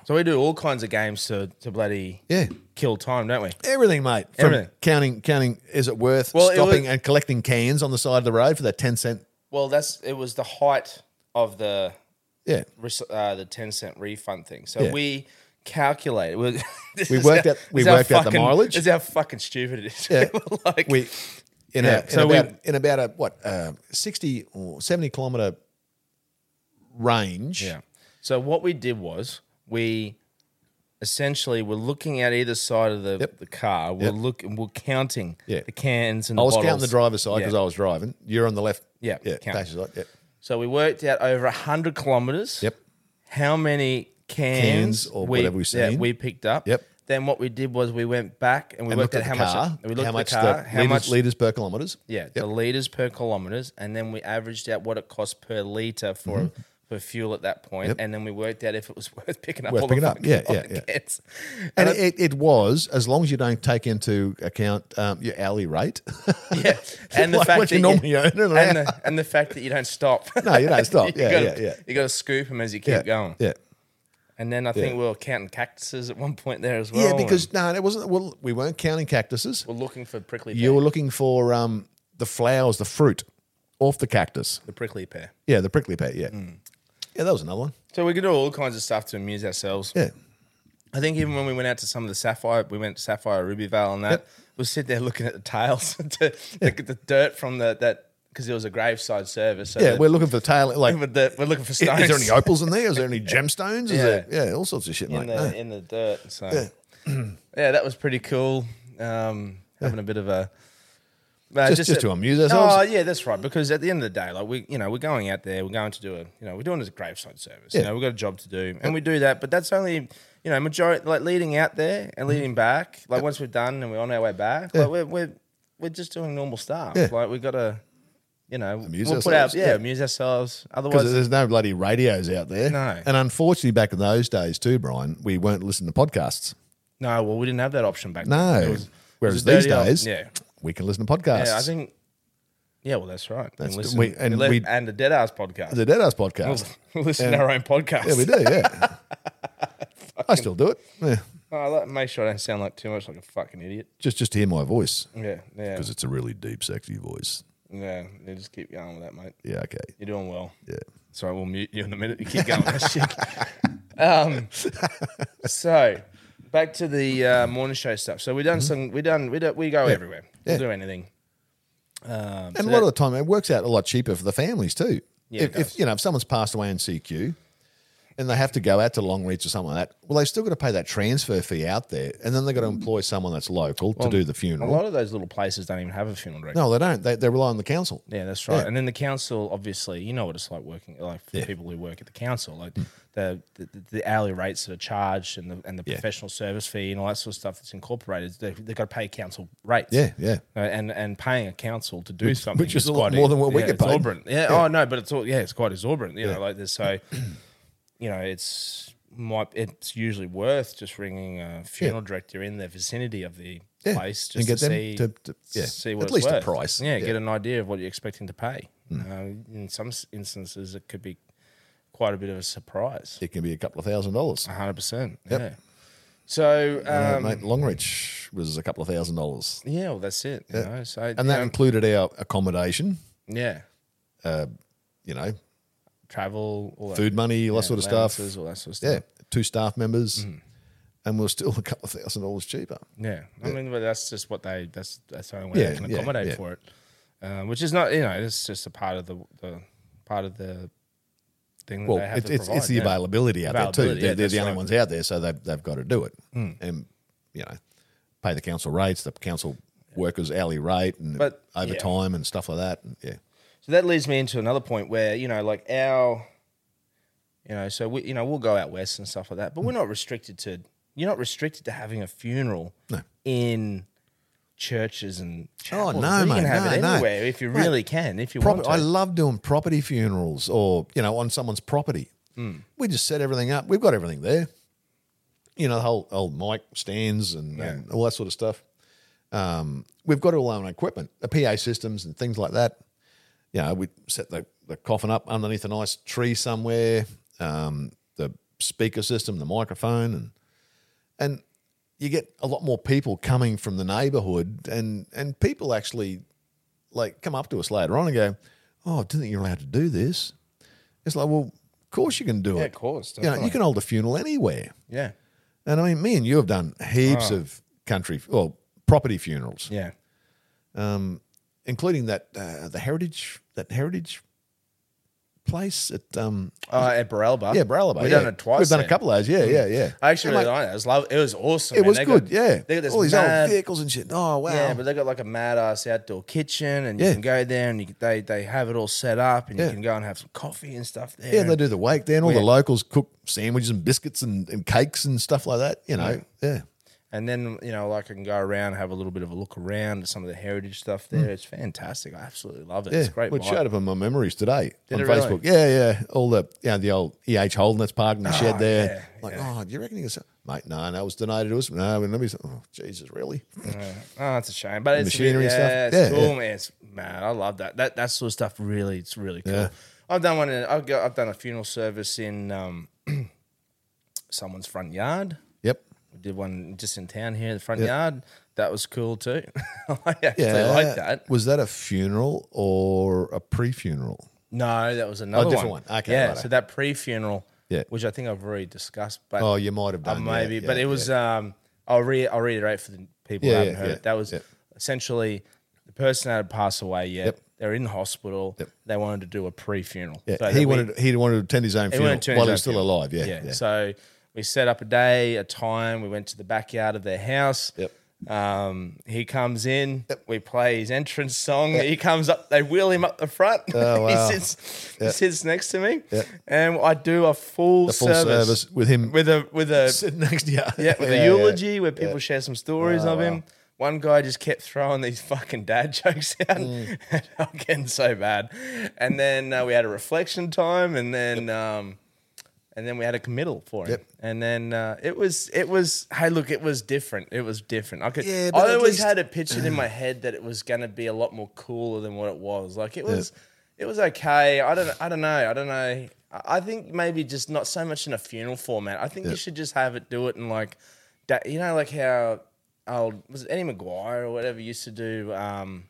C: so we do all kinds of games to to bloody
B: yeah.
C: kill time, don't we?
B: Everything, mate. From
C: Everything.
B: counting, counting. Is it worth
C: Well, it
B: stopping
C: was-
B: and collecting cans on the side of the road for that ten cent?
C: Well, that's it was the height of the
B: Yeah,
C: res- uh, the ten cent refund thing. So
B: Yeah.
C: we calculated. We,
B: We worked out- we worked out the mileage.
C: Is how fucking stupid it is.
B: Yeah.
C: like
B: we in
C: Yeah,
B: a in
C: so we-
B: about in about a what uh, sixty or seventy kilometer range.
C: Yeah. So what we did was we essentially were looking at either side of the,
B: Yep.
C: the car. We're
B: Yep.
C: looking. We're counting
B: Yeah.
C: the cans and
B: I
C: the
B: was
C: bottles.
B: counting the driver's side because
C: Yeah.
B: I was driving. You're on the left.
C: Yeah,
B: yeah.
C: count.
B: Passenger side. Yeah.
C: So we worked out over hundred kilometers.
B: Yep.
C: How many cans,
B: Cans or whatever we've
C: yeah,
B: seen.
C: we picked up.
B: Yep.
C: Then what we did was we went back and we
B: And
C: worked out
B: looked
C: how
B: at the
C: much
B: car,
C: we looked
B: how
C: at
B: much
C: the car,
B: the
C: how
B: liters,
C: much
B: liters per kilometers.
C: yeah, the liters per kilometers, and then we averaged out what it cost per liter for
B: Mm-hmm.
C: for fuel at that point, and then we worked out if it was worth picking up
B: Worth
C: all
B: picking
C: the
B: up.
C: fucking
B: Yeah, yeah, yeah.
C: luggage.
B: And,
C: And
B: it, it was, as long as you don't take into account um, your hourly rate.
C: yeah, and the
B: Like
C: fact
B: what
C: that
B: you normally own in an
C: and
B: hour.
C: the, and the fact that you don't stop.
B: No, you don't stop. Yeah,
C: gotta,
B: yeah, yeah.
C: You got to scoop them as you keep
B: yeah.
C: going.
B: Yeah.
C: And then I think
B: Yeah.
C: we were counting cactuses at one point there as well.
B: Yeah, because
C: and
B: no, it wasn't. Well, we weren't counting cactuses.
C: we're looking for prickly.
B: You
C: pear,
B: were looking for um, the flowers, the fruit off the cactus.
C: the prickly pear.
B: Yeah, the prickly pear. Yeah,
C: Hmm.
B: yeah, that was another one.
C: So we could do all kinds of stuff to amuse ourselves.
B: Yeah,
C: I think even when we went out to some of the sapphire, we went to Sapphire Ruby Vale and that, we'll sit there looking at the tails, to, the, the dirt from the that because it was a graveside service. So
B: yeah.
C: the-
B: We're looking for the tail. Like,
C: with the, we're looking for
B: is,
C: stones
B: is there any opals in there? Is there any gemstones? Is
C: Yeah.
B: there yeah, all sorts of shit,
C: in
B: mate.
C: the
B: No.
C: in the dirt. So yeah, that was pretty cool. Um, having a bit of a uh,
B: Just- just to amuse ourselves.
C: Oh yeah, that's right. Because at the end of the day, like we, you know, we're going out there, we're going to do a, you know, we're doing a graveside service. You
B: Yeah.
C: know, we've got a job to do, and we do that. But that's only, you know, majority like leading out there
B: Mm-hmm.
C: and leading back. Like once we're done and we're on our way back, like we're we're we're just doing normal stuff.
B: Yeah.
C: Like we got to, you know,
B: Amuse
C: we'll put out,
B: ourselves,
C: yeah,
B: yeah.
C: amuse ourselves.
B: Because
C: Otherwise,
B: there's no bloody radios out there.
C: No.
B: And unfortunately, back in those days too, Brian, we weren't listening to podcasts.
C: no. Well, we didn't have that option back
B: No.
C: then. It was- it was
B: Whereas
C: a
B: these
C: dirty old-
B: days,
C: yeah.
B: we can listen to podcasts.
C: Yeah, I think. Yeah, well, that's right.
B: That's-
C: and, listen,
B: we- and
C: and, le-
B: we-
C: and the Dead Ass podcast.
B: the Deadass podcast.
C: listen to our own podcast.
B: yeah, we do. Yeah, I still do it. Yeah,
C: Oh, that- make sure I don't sound like too much like a fucking idiot.
B: just just to hear my voice
C: Yeah, yeah,
B: because it's a really deep, sexy voice.
C: yeah. You just keep going with that, mate.
B: Yeah. Okay.
C: You're doing well.
B: Yeah.
C: Sorry, we'll mute you in a minute. You keep going with that shit. Um, so back to the uh, morning show stuff. So we done some. We done. We do, we go everywhere.
B: Mm-hmm. Yeah.
C: We'll do anything. Um,
B: And
C: so
B: a lot
C: that-
B: of the time, it works out a lot cheaper for the families too.
C: Yeah,
B: if,
C: it
B: if
C: does.
B: you know if someone's passed away in CQ, and they have to go out to Longreach or something like that, well, they've still got to pay that transfer fee out there, and then they've got to employ someone that's local to do the
C: a
B: funeral.
C: lot of those little places don't even have a funeral director.
B: No, they don't. They, they rely on the council.
C: Yeah, that's right. And then the council, obviously, you know what it's like working, like for people who work at the council, like the, the the hourly rates that are charged and the and the professional service fee and all that sort of stuff that's incorporated. They they got to pay council rates.
B: Yeah, yeah.
C: Uh, and and paying a council to do something, e-
B: which is a lot more than what we
C: yeah,
B: get
C: it's
B: paid.
C: Exorbitant. Yeah, Oh no, but it's all yeah, it's quite exorbitant. You know, like there's so, you know, it's might it's usually worth just ringing a funeral director in the vicinity of the
B: Yeah,
C: place just
B: and get
C: to
B: them
C: see
B: to- to- yeah,
C: see what
B: at
C: it's
B: least a
C: worth.
B: price.
C: Yeah,
B: Yeah. Hmm.
C: get an idea of what you're expecting to pay. Uh, in some s- instances, it could be quite a bit of a surprise.
B: It can be a couple of thousand dollars.
C: One hundred percent. Yeah. So
B: Uh,
C: um,
B: mate, Longreach was a couple of thousand dollars,
C: yeah, well, that's it. You know, so you
B: and that
C: know,
B: included our accommodation.
C: yeah,
B: You know,
C: travel, all that.
B: food money, all that sort of stuff.
C: All that sort of
B: Yeah,
C: stuff. Mm-hmm.
B: two staff members, and we're still a couple of thousand dollars cheaper.
C: Yeah. I mean, but that's just what they. That's that's the only way
B: Yeah,
C: they can
B: yeah,
C: accommodate
B: yeah.
C: for it, um, which is not. You know, it's just a part of the, the part of the thing that
B: Well,
C: they have
B: it,
C: to
B: it's,
C: provide.
B: it's the
C: yeah.
B: availability out there too.
C: Availability,
B: They're,
C: yeah,
B: they're the
C: that's
B: only
C: right. Hmm.
B: ones out there, so they've they've got to do it, and you know, pay the council rates, the council workers' hourly rate, and
C: But-
B: overtime and stuff like that. And, yeah,
C: So that leads me into another point where you know, like our, you know, so we, you know, we'll go out west and stuff like that,
B: Hmm.
C: but we're not restricted to. You're not restricted to having a funeral in churches and chapels.
B: Oh, no,
C: you
B: mate,
C: can have it
B: no, no.
C: anywhere if you
B: Mate,
C: really can, if you
B: Proper
C: want to.
B: I love doing property funerals or you know on someone's property.
C: Hmm.
B: We just set everything up. We've got everything there. You know, the whole old mic stands and, and all that sort of stuff. Um, we've got all our own equipment, the PA systems and things like that. You know, we set the, the coffin up underneath a nice tree somewhere. Um, the speaker system, the microphone, and and you get a lot more people coming from the neighbourhood, and and people actually like come up to us later on and go, "Oh, I didn't think you're allowed to do this." It's like, well, of course you can do it.
C: yeah, of course.
B: You know, you
C: definitely.
B: can hold a funeral anywhere,
C: yeah,
B: and I mean, me and you have done
C: Ah.
B: heaps of country, well, property funerals,
C: yeah.
B: including that uh, the heritage that heritage place at um
C: Uh, at Baralba.
B: yeah Bralaba.
C: We've
B: yeah.
C: done it twice.
B: We've done a
C: there.
B: couple of those. Yeah, yeah, yeah.
C: I actually
B: Yeah,
C: really liked
B: mate,
C: it. It was, love, it was awesome.
B: it
C: man.
B: was
C: They
B: good.
C: got-
B: yeah,
C: They got this
B: all these
C: mad,
B: old vehicles and shit. Oh wow.
C: Yeah, but they got like a mad ass outdoor kitchen, and you
B: Yeah.
C: can go there and you, can- they they have it all set up, and
B: Yeah.
C: you can go and have some coffee and stuff there.
B: Yeah, they do the wake. Then all the locals cook sandwiches and biscuits and, and cakes and stuff like that. You know, yeah,
C: And then you know, like I can go around, have a little bit of a look around at some of the heritage stuff there. It's fantastic. I absolutely love it.
B: Hmm. Yeah,
C: It's a great.
B: Well, it
C: vibe.
B: showed up in my memories today
C: Did
B: on
C: it really?
B: Facebook. Yeah, yeah. All the you know, the old EH Holdnets parking shed there.
C: Oh, yeah,
B: like, oh, do you reckon it's mate? No, no, it was donated to us. No, and let me. say, Oh, Jesus, really?
C: Oh, it's a shame, but it's a bit-
B: machinery
C: yeah,
B: stuff?
C: It's
B: Yeah,
C: cool,
B: yeah.
C: man. It's, man, I love that. That that sort of stuff really, it's really cool.
B: Yeah.
C: I've done one. In, I've got, I've done a funeral service in um, someone's front yard.
B: Yep.
C: We did one just in town here, in the front yard. That was cool too. I actually
B: Yeah,
C: like that.
B: Was that a funeral or a pre-funeral?
C: No, that was another
B: Oh, different one. Okay,
C: yeah.
B: righto.
C: So that pre-funeral,
B: Yeah.
C: which I think I've already discussed, but
B: Oh, you might have
C: Uh,
B: done yeah,
C: maybe, but
B: yeah,
C: it was.
B: yeah.
C: Um, I'll re I'll reiterate for the people
B: Yeah,
C: who haven't
B: yeah,
C: heard
B: yeah,
C: it. That was
B: yeah.
C: essentially the person that had passed away. Yet
B: Yep.
C: they're in hospital.
B: Yep.
C: They wanted to do a pre-funeral.
B: Yeah,
C: So that
B: he
C: we-
B: wanted he wanted to attend his own
C: he
B: funeral
C: wanted to
B: while he
C: attend
B: was
C: his own
B: still
C: funeral.
B: alive. Yeah, yeah.
C: So we set up a day, a time. We went to the backyard of their house.
B: Yep.
C: Um, he comes in. We play his entrance song. He comes up. They wheel him up the front.
B: Oh,
C: he
B: wow.
C: sits. He sits next to me,
B: Yep.
C: and I do a full,
B: the full
C: service,
B: service, with him
C: with a with a
B: sitting next to you.
C: yeah, with a eulogy where people share some stories
B: Oh,
C: of him. One guy just kept throwing these fucking dad jokes out,
B: Mm.
C: and I'm getting so bad. And then uh, we had a reflection time, and then um, and then we had a committal for him.
B: Yep.
C: And then uh, it was it was hey look, it was different. It was different. I could
B: Yeah, but
C: I
B: at
C: always
B: least-
C: had it pictured in my head that it was going to be a lot more cooler than what it was. Like it was, it was okay. I don't, I don't know. I don't know. I I think maybe just not so much in a funeral format. I think you should just have it do it in like, da- you know, like how old was it Eddie McGuire or whatever used to do. Um,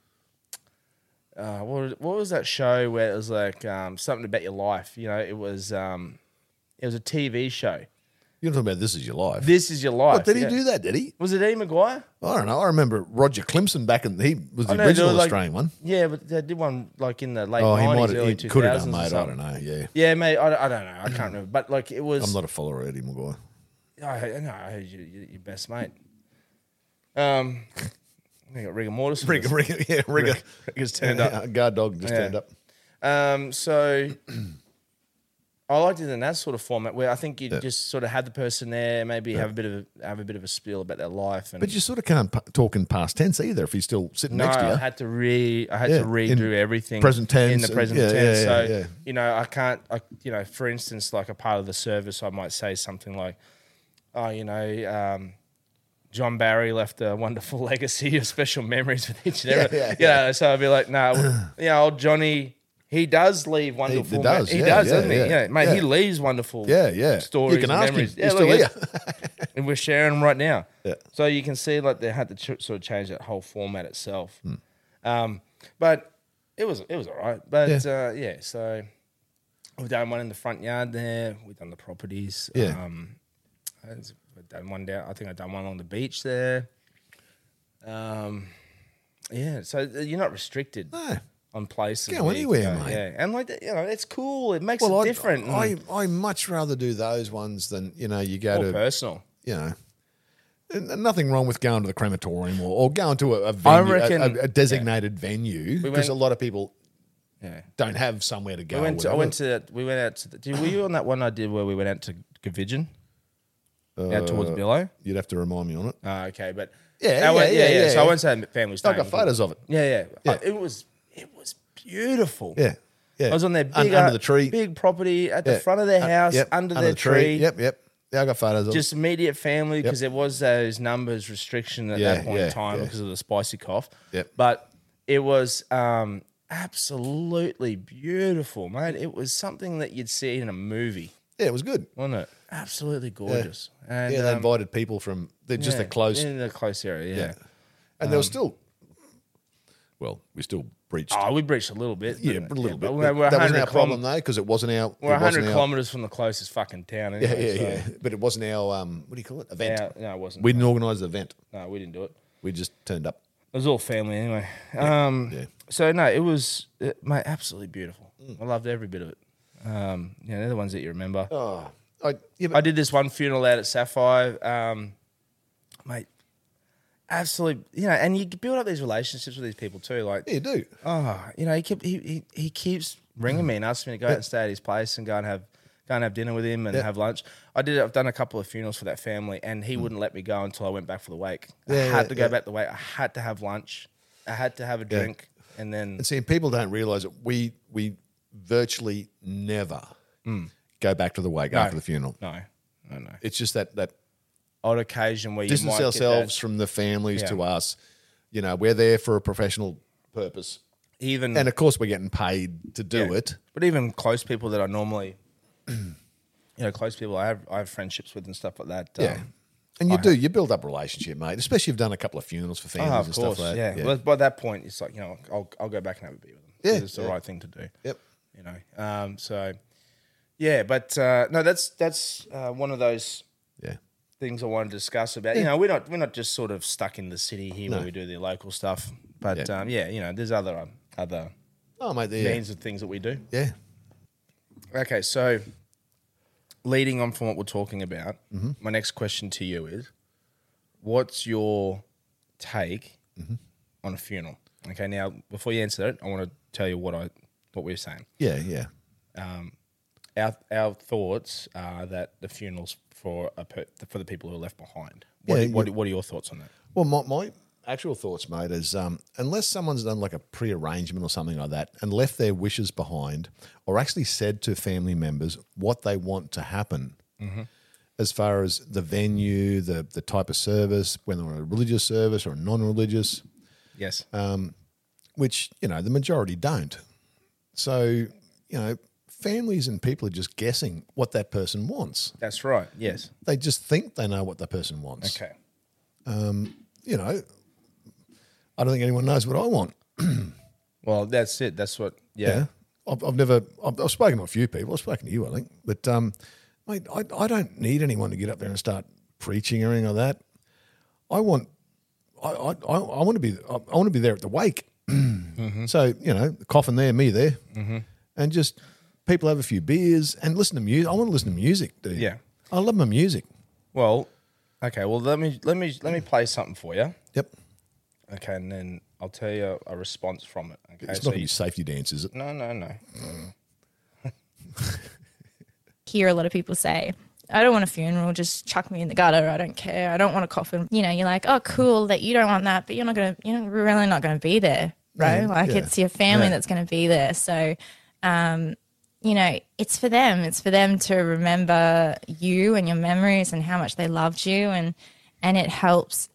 C: uh, what, was- what was that show where it was like um, something about your life? You know, it was um, it was a TV show.
B: You're talking about this is your life.
C: This is your life.
B: What, did he
C: yeah.
B: do that? Did he?
C: Was it Eddie McGuire?
B: I don't know. I remember Roger Clemson back in he was the
C: I know, they
B: original
C: were like-
B: Australian one.
C: Yeah, but they did one like in the late
B: Oh, he might
C: 90s,
B: have,
C: early
B: he
C: 2000s.
B: could have done,
C: or
B: mate. I
C: something.
B: don't know. Yeah,
C: Yeah, mate, I, don't- I don't know. I can't remember. But like it was.
B: I'm not a follower of Eddie McGuire.
C: I, I know, I heard you, you, your best mate. Um, I got rigor mortis. for this.
B: Rigger, yeah, Rigger.
C: Rigger's turned up.
B: Yeah, guard dog just
C: Yeah.
B: turned up.
C: Um, so I liked it in that sort of format where I think you just sort of had the person there, maybe have a bit of a, have a bit of a spiel about their life. And
B: But you sort of can't p- talk in past tense either if he's still sitting
C: no,
B: next to you.
C: I had to re, I had
B: Yeah,
C: to
B: in
C: redo everything
B: present
C: in
B: tense
C: the
B: and-
C: present
B: yeah, yeah,
C: tense.
B: yeah,
C: so
B: yeah.
C: you know, I can't, I, you know, for instance, like a part of the service, I might say something like, "Oh, you know." Um, John Barry left a wonderful legacy of special memories with each and every.
B: yeah,
C: you know, so I'd be like, no, you know, old Johnny, he does leave wonderful. me-
B: does,
C: he
B: yeah,
C: does,
B: yeah,
C: doesn't
B: yeah,
C: he? Yeah, mate, he
B: yeah.
C: leaves wonderful.
B: yeah, yeah.
C: Stories.
B: You can
C: and
B: ask
C: memories.
B: him.
C: Yeah,
B: he's
C: look,
B: still here.
C: and we're sharing them right now.
B: Yeah.
C: So you can see like they had to ch- sort of change that whole format itself.
B: Hmm.
C: Um, but it was it was all right. But yeah. Uh, yeah, so we've done one in the front yard there. We've done the properties.
B: Yeah.
C: Um, I've done one down. I think I've done one on the beach there. Um, yeah. So uh, you're not restricted.
B: No.
C: On places,
B: Go
C: where you can
B: anywhere,
C: go,
B: mate.
C: Yeah, and like that, you know, it's cool. It makes it
B: Well, I,
C: different.
B: I,
C: and
B: I much rather do those ones than you know you go
C: more
B: to
C: personal.
B: you know. n- Nothing wrong with going to the crematorium or, or going to a, a
C: I
B: venue,
C: reckon-
B: a, a, a designated venue,
C: We went-
B: because a lot of people
C: Yeah.
B: don't have somewhere to go.
C: We
B: or
C: went. To, I
B: oh, whatever.
C: went to. We went out to. The, did, were you on that one I did where we went out to Gavijan, out
B: Uh,
C: towards Billow?
B: You'd have to remind me on it.
C: Uh, okay, but
B: Yeah,
C: that
B: yeah,
C: one-
B: yeah, yeah,
C: So I
B: yeah.
C: won't say family.
B: I got photos of it.
C: Yeah, yeah.
B: Yeah.
C: Uh, it was. It was beautiful.
B: Yeah, yeah.
C: I was on their
B: Un-
C: big
B: under
C: uh,
B: the tree,
C: big property at
B: Yeah.
C: the front of their
B: Un-
C: house,
B: yep,
C: under, their tree.
B: Yep, yep. Yeah, I got photos of
C: Just immediate family because there was those numbers restriction at
B: Yeah,
C: that point in
B: yeah,
C: time
B: yeah.
C: because of the spicy cough.
B: Yep.
C: But it was um, absolutely beautiful, mate. It was something that you'd see in a movie
B: it. Yeah, it was good.
C: wasn't it? Absolutely gorgeous. And,
B: yeah, they
C: um,
B: invited people from they're just
C: yeah,
B: a close,
C: in the close area. Yeah.
B: yeah. And there was still, well, we still breached.
C: Oh, we breached a little bit.
B: yeah, a
C: but-
B: little bit.
C: but We're,
B: but
C: we're
B: that wasn't
C: 100
B: our problem
C: km
B: though, because it wasn't our.
C: We're
B: it wasn't
C: 100
B: our-
C: kilometers from the closest fucking town.
B: Yeah,
C: Anyway,
B: yeah, yeah. But it wasn't our. Um, what do you call it? Event.
C: so- Yeah, no, it wasn't.
B: We didn't organise the event.
C: no, we didn't do it.
B: We just turned up.
C: It was all family anyway. Um,
B: yeah.
C: So no, it was uh mate, absolutely beautiful. I loved every bit of it. Um, yeah, they're the ones that you remember.
B: Oh, I, yeah, but
C: I did this one funeral out at Sapphire, um, mate. Absolutely, you know, and you build up these relationships with these people too. Like,
B: yeah, you do. Mm.
C: oh, you know, he kept he he, he keeps ringing me and asking me to go out and stay at his place and go and have
A: don't have dinner with him and have lunch. I did. I've done a couple of funerals for that family, and he wouldn't let me go until I went back for the wake. I
B: Mm. Yeah,
A: had
B: yeah,
A: to go
B: yeah.
A: back the wake. I had to have lunch. I had to have a drink, and then
B: And see, people don't realize that we we virtually never Hmm. go back to the wake after the funeral.
A: no, no, no.
B: It's just that that
A: Odd occasion where you might
B: distance
A: get
B: ourselves
A: that-
B: from the families
A: Yeah.
B: to us. You know, we're there for a professional purpose,
A: even
B: and of course, we're getting paid to do
A: Yeah.
B: it.
A: But even close people that I normally, you know, close people I have I have friendships with and stuff like that.
B: Yeah.
A: um,
B: and you do, you build up a relationship, mate. Especially if you've done a couple of funerals for
A: oh,
B: families
A: of
B: and
A: course.
B: stuff like
A: yeah.
B: that. Yeah.
A: Well, by that point, it's like you know, I'll I'll go back and have a beer with them.
B: Yeah,
A: it's the
B: yeah.
A: right thing to do.
B: Yep.
A: You know. Um. So, yeah. But uh, no, that's that's uh, one of those
B: Yeah.
A: things I want to discuss about. You know, we're not we're not just sort of stuck in the city here where we do the local stuff. But yeah,
B: Yeah.
A: um, yeah you know, there's other um, other
B: Oh, mate. Yeah.
A: means of things that we do.
B: yeah.
A: Okay, so leading on from what we're talking about,
B: Mm-hmm.
A: my next question to you is what's your take
B: Mm-hmm.
A: on a funeral? Okay, now before you answer that, I want to tell you what I what we're saying.
B: Yeah. Yeah.
A: Our our thoughts are that the funerals for a per, for the people who are left behind. What,
B: Yeah,
A: do- what, do- what are your thoughts on that?
B: Well, my, my actual thoughts, mate, is um, unless someone's done like a pre-arrangement or something like that and left their wishes behind or actually said to family members what they want to happen as far as the venue, the, the type of service, whether on a religious service or a non-religious,
A: Yes.
B: Uh, which, you know, the majority don't. So, you know, families and people are just guessing what that person wants.
A: That's right. Yes.
B: They just think they know what the person wants.
A: Okay.
B: You know, I don't think anyone knows what I want.
A: Well, that's it. That's what yeah.
B: Yeah. I've, I've never, I've, I've spoken to a few people. I've spoken to you, I think. But, um, mate, I, I don't need anyone to get up there and start preaching or anything like that. I want, I, I, I I want to be, I want to be there at the wake.
A: Mm-hmm.
B: So, you know, the coffin there, me there. And just people have a few beers and listen to music. I want to listen to music, dude.
A: Yeah.
B: I love my music.
A: Well, okay. Well, let me let me let me play something for you.
B: Yep.
A: Okay, and then I'll tell you a response from it. Okay,
B: It's
A: so
B: not going to
A: you-
B: be safety dance, is it?
A: no, no, no.
D: hear a lot of people say, I don't want a funeral, just chuck me in the gutter. I don't care. I don't want a coffin. You know, you're like, oh, cool that you don't want that, but you're not going to, you're not- really not going to be there, right? like,
B: yeah.
D: it's your family that's going to be there. So, um, you know, it's for them. It's for them to remember you and your memories and how much they loved you. And, and it helps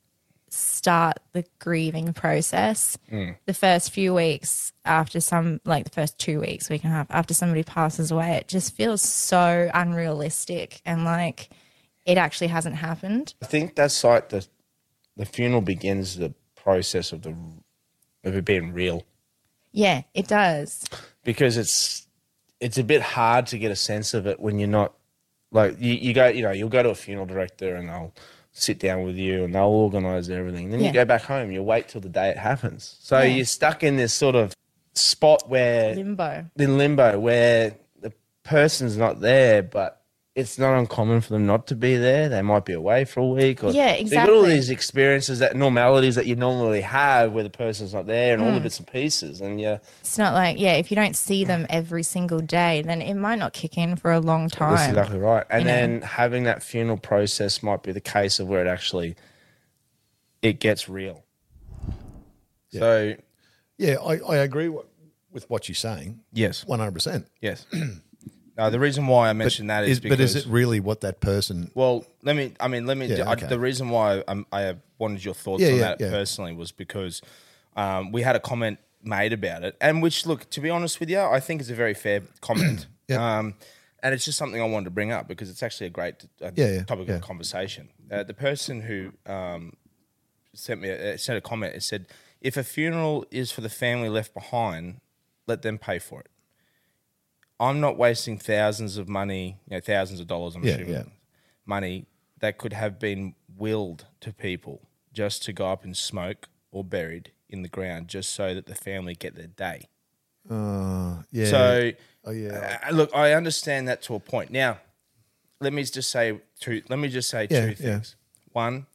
D: start the grieving process the first few weeks after some like the first two weeks week and a half after somebody passes away it just feels so unrealistic and like it actually hasn't happened
A: I think that's like the the funeral begins the process of the of it being real
D: yeah it does
A: because it's it's a bit hard to get a sense of it when you're not like you, you go you know you'll go to a funeral director and they'll sit down with you and they'll organize everything then you
D: Yeah.
A: go back home you wait till the day it happens so you're stuck in this sort of spot where
D: limbo
A: in limbo where the person's not there, but it's not uncommon for them not to be there. They might be away for a week. Or,
D: Yeah,
A: so You've got all
D: exactly.
A: these experiences, that normalities that you normally have where the person's not there and all
D: Mm.
A: the bits and pieces. And yeah,
D: it's not like yeah if you don't see them every single day then it might not kick in for a long
A: that's
D: time
A: exactly right. And then having that funeral process might be the case of where it actually it gets real. So
B: Yeah. I, I agree wi- with what you're saying.
A: yes,
B: 100%.
A: yes. no, the reason why I mentioned that is
B: Is-
A: because
B: but is it really what that person
A: Well, let me. I mean, let me.
B: Yeah,
A: I,
B: okay.
A: the reason why I, um, I wanted your thoughts
B: Yeah,
A: on
B: yeah,
A: that
B: yeah.
A: personally was because um, we had a comment made about it, and which, look, to be honest with you, I think is a very fair comment.
B: Yeah.
A: Um, and it's just something I wanted to bring up because it's actually a great uh,
B: Yeah, yeah,
A: topic
B: yeah.
A: of conversation. Uh, the person who um, sent me a, uh, sent a comment. It said, "If a funeral is for the family left behind, let them pay for it." I'm not wasting thousands of money, you know, thousands of dollars. I'm
B: Yeah,
A: assuming
B: yeah.
A: money that could have been willed to people just to go up in smoke or buried in the ground, just so that the family get their day.
B: Uh, yeah.
A: So,
B: Oh, yeah.
A: uh, look, I understand that to a point. Now, let me just say two. Let me just say two
B: Yeah, yeah.
A: things. One,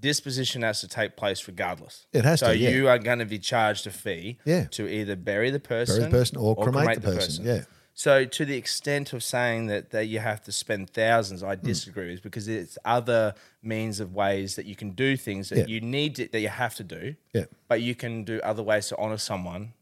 A: disposition has to take place regardless.
B: It has
A: so
B: to, yeah.
A: you are going to be charged a fee.
B: Yeah.
A: To either bury the person,
B: person or cremate the person, yeah.
A: So to the extent of saying that that you have to spend thousands,
B: Hmm.
A: I disagree with because it's other means of ways that you can do things that
B: Yeah.
A: you need to, that you have to do.
B: Yeah. Hmm.
A: But you can do other ways to honor someone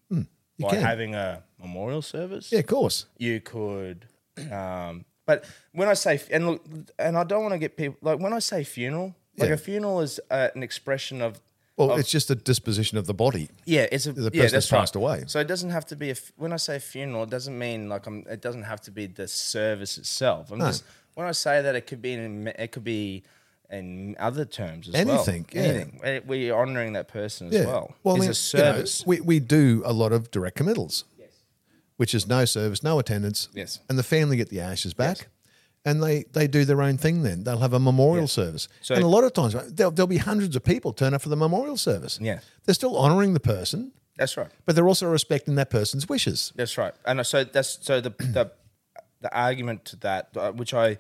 A: by
B: can.
A: having a memorial service.
B: Yeah, of course.
A: You could um but when I say and look and I don't want to get people like when I say funeral, like
B: Yeah.
A: a funeral is uh, an expression of
B: Well, it's just the disposition of the body.
A: yeah, it's a
B: The
A: yeah,
B: person
A: that's
B: that's passed
A: right.
B: away.
A: So it doesn't have to be a f- when I say funeral, it doesn't mean like I'm. It doesn't have to be the service itself. I'm just when I say that it could be in it could be in other terms as well.
B: Anything, yeah.
A: Anything. We're honouring that person as
B: Yeah.
A: well.
B: I
A: it's
B: mean,
A: a service.
B: You know, we, we do a lot of direct committals, yes. which is no service, no attendance.
A: Yes.
B: And the family get the ashes back. And they, they do their own thing then. They'll have a memorial service.
A: So-
B: and a lot of times, right, there'll, there'll be hundreds of people turn up for the memorial service.
A: Yeah.
B: They're still honouring the person,
A: that's right.
B: but they're also respecting that person's wishes.
A: That's right. And so that's so the the, the argument to that, uh, which I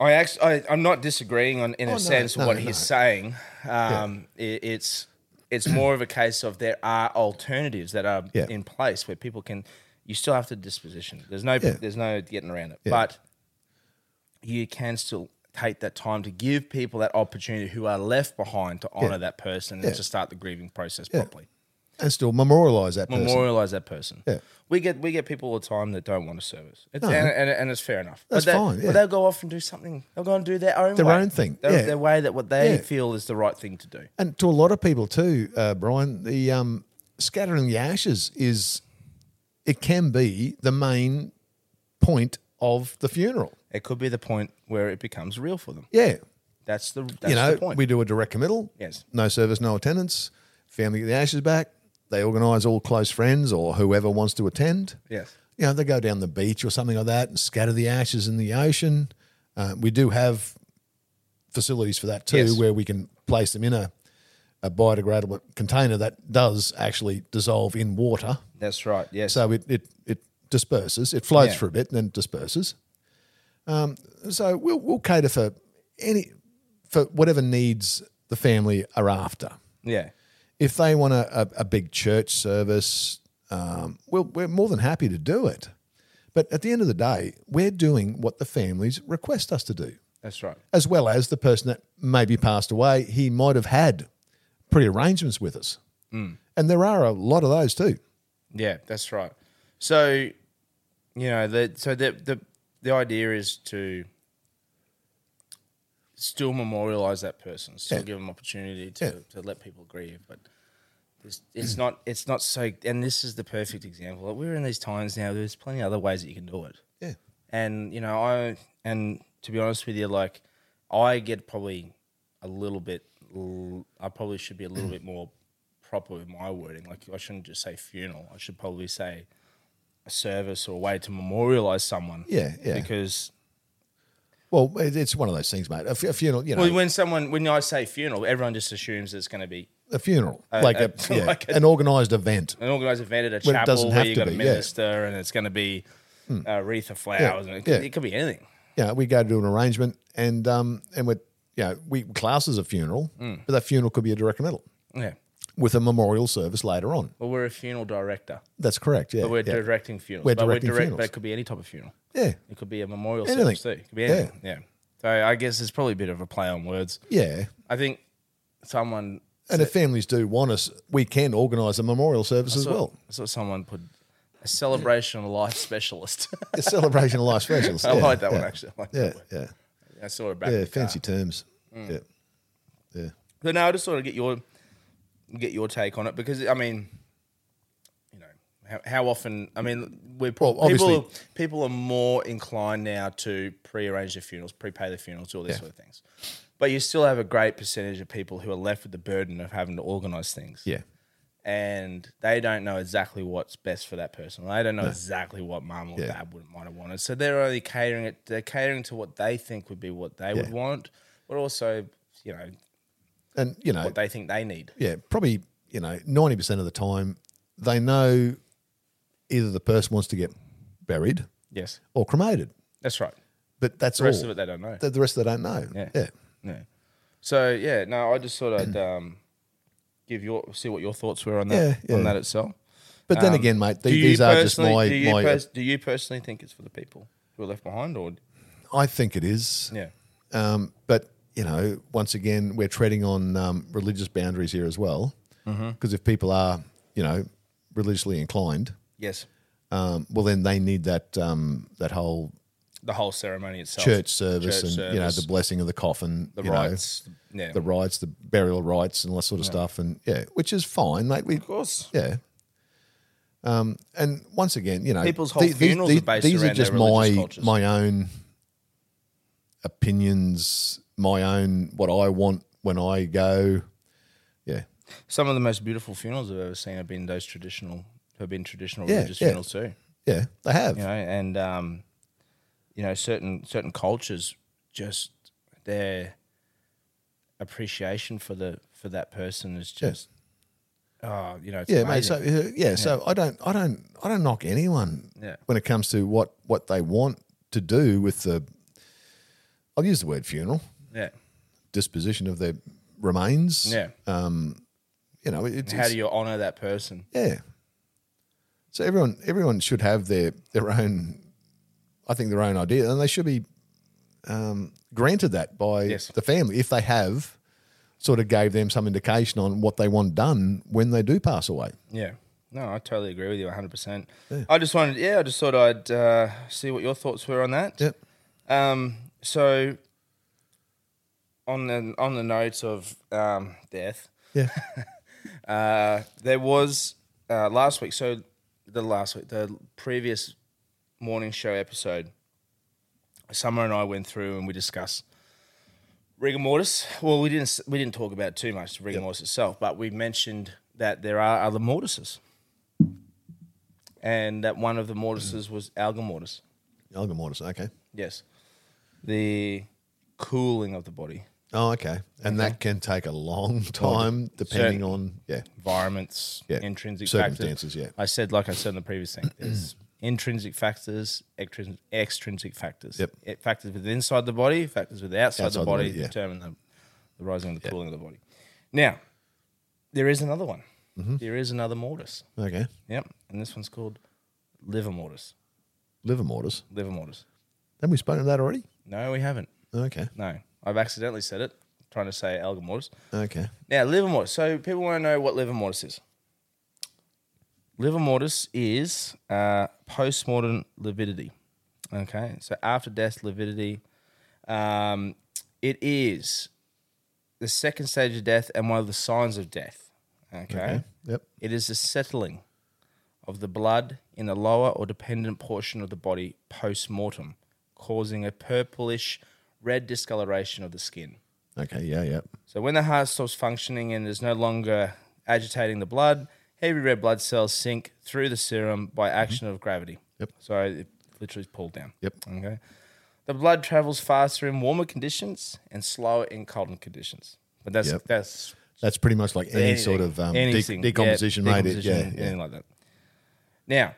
A: I actually I, I'm not disagreeing on in a
B: Oh, no,
A: sense
B: no,
A: what
B: no.
A: he's saying. Um, i- it's it's more of a case of there are alternatives that are
B: Yeah.
A: in place where people can. You still have to disposition. There's no
B: Yeah.
A: there's no getting around it. But you can still take that time to give people that opportunity who are left behind to honor that person and to start the grieving process properly
B: And still memorialise that person.
A: memorialize that person.
B: Yeah.
A: We get we get people all the time that don't want to service. It's, and, and, and it's fair enough.
B: That's
A: but they-
B: fine, yeah.
A: But they'll go off and do something. They'll go and do their own
B: Their
A: way.
B: own thing,
A: Their,
B: yeah.
A: their way that what they
B: Yeah.
A: feel is the right thing to do.
B: And to a lot of people too, uh, Brian, the um, scattering the ashes is it can be the main point of the funeral.
A: It could be the point where it becomes real for them.
B: Yeah,
A: That's the that's
B: you know,
A: the point.
B: we do a direct committal.
A: Yes.
B: no service, no attendance. Family get the ashes back. They organise all close friends or whoever wants to attend.
A: yes.
B: you know, they go down the beach or something like that and scatter the ashes in the ocean. Uh, we do have facilities for that too,
A: Yes.
B: where we can place them in a, a biodegradable container that does actually dissolve in water.
A: That's right. Yes.
B: So it, it, it disperses, it floats
A: Yeah.
B: for a bit and then disperses. Um, so we'll, we'll cater for any, for whatever needs the family are after
A: yeah.
B: if they want a, a, a big church service, um, we'll, we're more than happy to do it. But at the end of the day, we're doing what the families request us to do,
A: That's right.
B: as well as the person that maybe passed away. He might have had pre arrangements with us.
A: Mm.
B: And there are a lot of those too.
A: Yeah, that's right. So, you know, the so the the the idea is to still memorialize that person, still give them opportunity to, to let people grieve, but it's, it's not it's not so and this is the perfect example. Like, we're in these times now, there's plenty of other ways that you can do it.
B: Yeah.
A: And you know, I and to be honest with you, like I get probably a little bit. l- I probably should be a little bit more proper with my wording. Like I shouldn't just say funeral. I should probably say a service or a way to memorialize someone.
B: Yeah, yeah.
A: Because
B: Well, it- it's one of those things, mate. A, fu- a funeral, you know,
A: well, when someone when I say funeral, everyone just assumes it's going to be
B: a funeral, like, a,
A: a-
B: yeah,
A: like a-
B: an organised event.
A: an organised event at a
B: Well, it
A: chapel
B: doesn't
A: where
B: have
A: you
B: to
A: got a
B: be, yeah.
A: minister and it's going to be a wreath of flowers. And it, could,
B: Hmm. yeah.
A: it could be anything.
B: you know, we go to do an arrangement and um and we you know, we class as a funeral,
A: Mm.
B: but that funeral could be a direct committal
A: Yeah.
B: with a memorial service later on.
A: Well, we're a funeral director.
B: That's correct. Yeah.
A: But we're
B: yeah.
A: directing funerals.
B: We're
A: but
B: directing
A: we're direct, But
B: funerals.
A: it could be any type of funeral.
B: yeah.
A: It could be a memorial
B: Anything.
A: service too. It could be anything. Yeah. So I guess it's probably a bit of a play on words.
B: Yeah.
A: I think someone
B: And if families do want us, we can organise a memorial service as
A: saw,
B: well.
A: I saw someone put a celebration of life specialist.
B: A celebration of life specials.
A: I
B: yeah,
A: like that
B: yeah,
A: one actually. Mm. I like
B: Yeah,
A: that one.
B: yeah.
A: I saw it back. in
B: Yeah,
A: the car.
B: fancy terms. Yeah. Yeah.
A: But no, I just sort of get your get your take on it because I mean, you know, how, how often? I mean, we're
B: Well,
A: people
B: obviously-
A: people are more inclined now to pre-arrange their funerals, prepay their funerals, all these sort of things. But you still have a great percentage of people who are left with the burden of having to organise things,
B: Yeah.
A: and they don't know exactly what's best for that person. They don't know exactly what mum or dad would might have wanted, so they're only catering it. They're catering to what they think would be what they would want, but also, you know,
B: And you know,
A: what they think they need.
B: yeah, probably, you know, 90% of the time they know either the person wants to get buried
A: Yes,
B: or cremated.
A: that's right.
B: But that's
A: The rest
B: all.
A: of it they don't know.
B: the, the rest of they don't know.
A: Yeah.
B: yeah.
A: yeah. So yeah, no, I just thought I'd um, give your see what your thoughts were on that
B: Yeah,
A: on
B: yeah.
A: that itself.
B: But then again, mate, th- these are just my
A: do Um, you
B: my.
A: pers- do you personally think it's for the people who are left behind, or
B: I think it is.
A: yeah,
B: Um, but you know, once again, we're treading on um, religious boundaries here as well, because
A: Mm-hmm.
B: if people are, you know, religiously inclined,
A: yes,
B: um, well, then they need that um, that whole
A: the whole ceremony itself,
B: church service
A: Church
B: and you know
A: service,
B: the blessing of the coffin,
A: the
B: you know,
A: rights, yeah,
B: the rites, the burial rites, and all that sort of stuff, and yeah, which is fine. Like we,
A: of course.
B: yeah. Um, and once again, you know,
A: People's whole funerals are based
B: these
A: around
B: are
A: their
B: just my
A: religious cultures.
B: my own opinions, my own what I want when I go. Yeah,
A: Some of the most beautiful funerals I've ever seen have been those traditional, have been traditional
B: Yeah,
A: religious
B: yeah.
A: funerals too.
B: yeah, they have.
A: you know, and um, you know, certain certain cultures just their appreciation for the for that person is just, oh, you know, it's
B: yeah, mate.
A: amazing.
B: So uh, yeah, so I don't, I don't, I don't knock anyone
A: Yeah.
B: when it comes to what what they want to do with the. I'll use the word funeral
A: yeah,
B: disposition of their remains.
A: yeah.
B: Um, you know, it, it's
A: How do you honor that person?
B: yeah. So everyone, everyone should have their their own, I think their own idea, and they should be um, granted that by
A: Yes.
B: the family if they have sort of gave them some indication on what they want done when they do pass away.
A: Yeah. No, I totally agree with you 100%. I just wanted, yeah, I just thought I'd uh, see what your thoughts were on that.
B: Yep.
A: Um, so, on the on the note of um, death,
B: Yeah.
A: uh, there was uh, last week. So the last week, the previous morning show episode, Summer and I went through and we discussed rigor mortis. Well, we didn't we didn't talk about it too much rigor mortis itself, but we mentioned that there are other mortises, and that one of the mortises was alga mortis.
B: Alga mortis. Okay.
A: Yes. The cooling of the body,
B: Oh, okay. And that can take a long time depending
A: Certain-
B: on yeah.
A: environments,
B: Yeah.
A: intrinsic
B: Circumstances,
A: factors.
B: yeah.
A: I said, like I said in the previous thing, there's intrinsic factors, extrinsic, extrinsic factors.
B: Yep.
A: It- Factors with inside the body, factors with outside,
B: Outside
A: the
B: the
A: body,
B: body, yeah.
A: determine the, the rising and the cooling of the body. Now, there is another one.
B: Mm-hmm.
A: There is another mortis.
B: Okay.
A: Yep. And this one's called liver mortis.
B: Liver mortis.
A: Liver mortis.
B: Then we spoken of that already?
A: No, we haven't.
B: Okay.
A: No. I've accidentally said it, trying to say alga mortis.
B: Okay.
A: Now, liver mortis. So people want to know what liver mortis is. Liver mortis is uh, postmortem lividity. Okay, so after death lividity, um, it is the second stage of death and one of the signs of death. okay.
B: Yep.
A: It is the settling of the blood in the lower or dependent portion of the body post mortem, causing a purplish red discoloration of the skin.
B: Okay. Yeah. Yep.
A: So when the heart stops functioning and is no longer agitating the blood, heavy red blood cells sink through the serum by action of gravity.
B: Mm-hmm. Yep.
A: So it literally is pulled down.
B: Yep.
A: Okay. The blood travels faster in warmer conditions and slower in colder conditions. But that's
B: Yep.
A: that's
B: That's pretty much like any
A: anything,
B: sort of um, de-
A: anything, yeah,
B: decomposition, mate. It-
A: decomposition,
B: yeah, yeah.
A: anything like that. Now,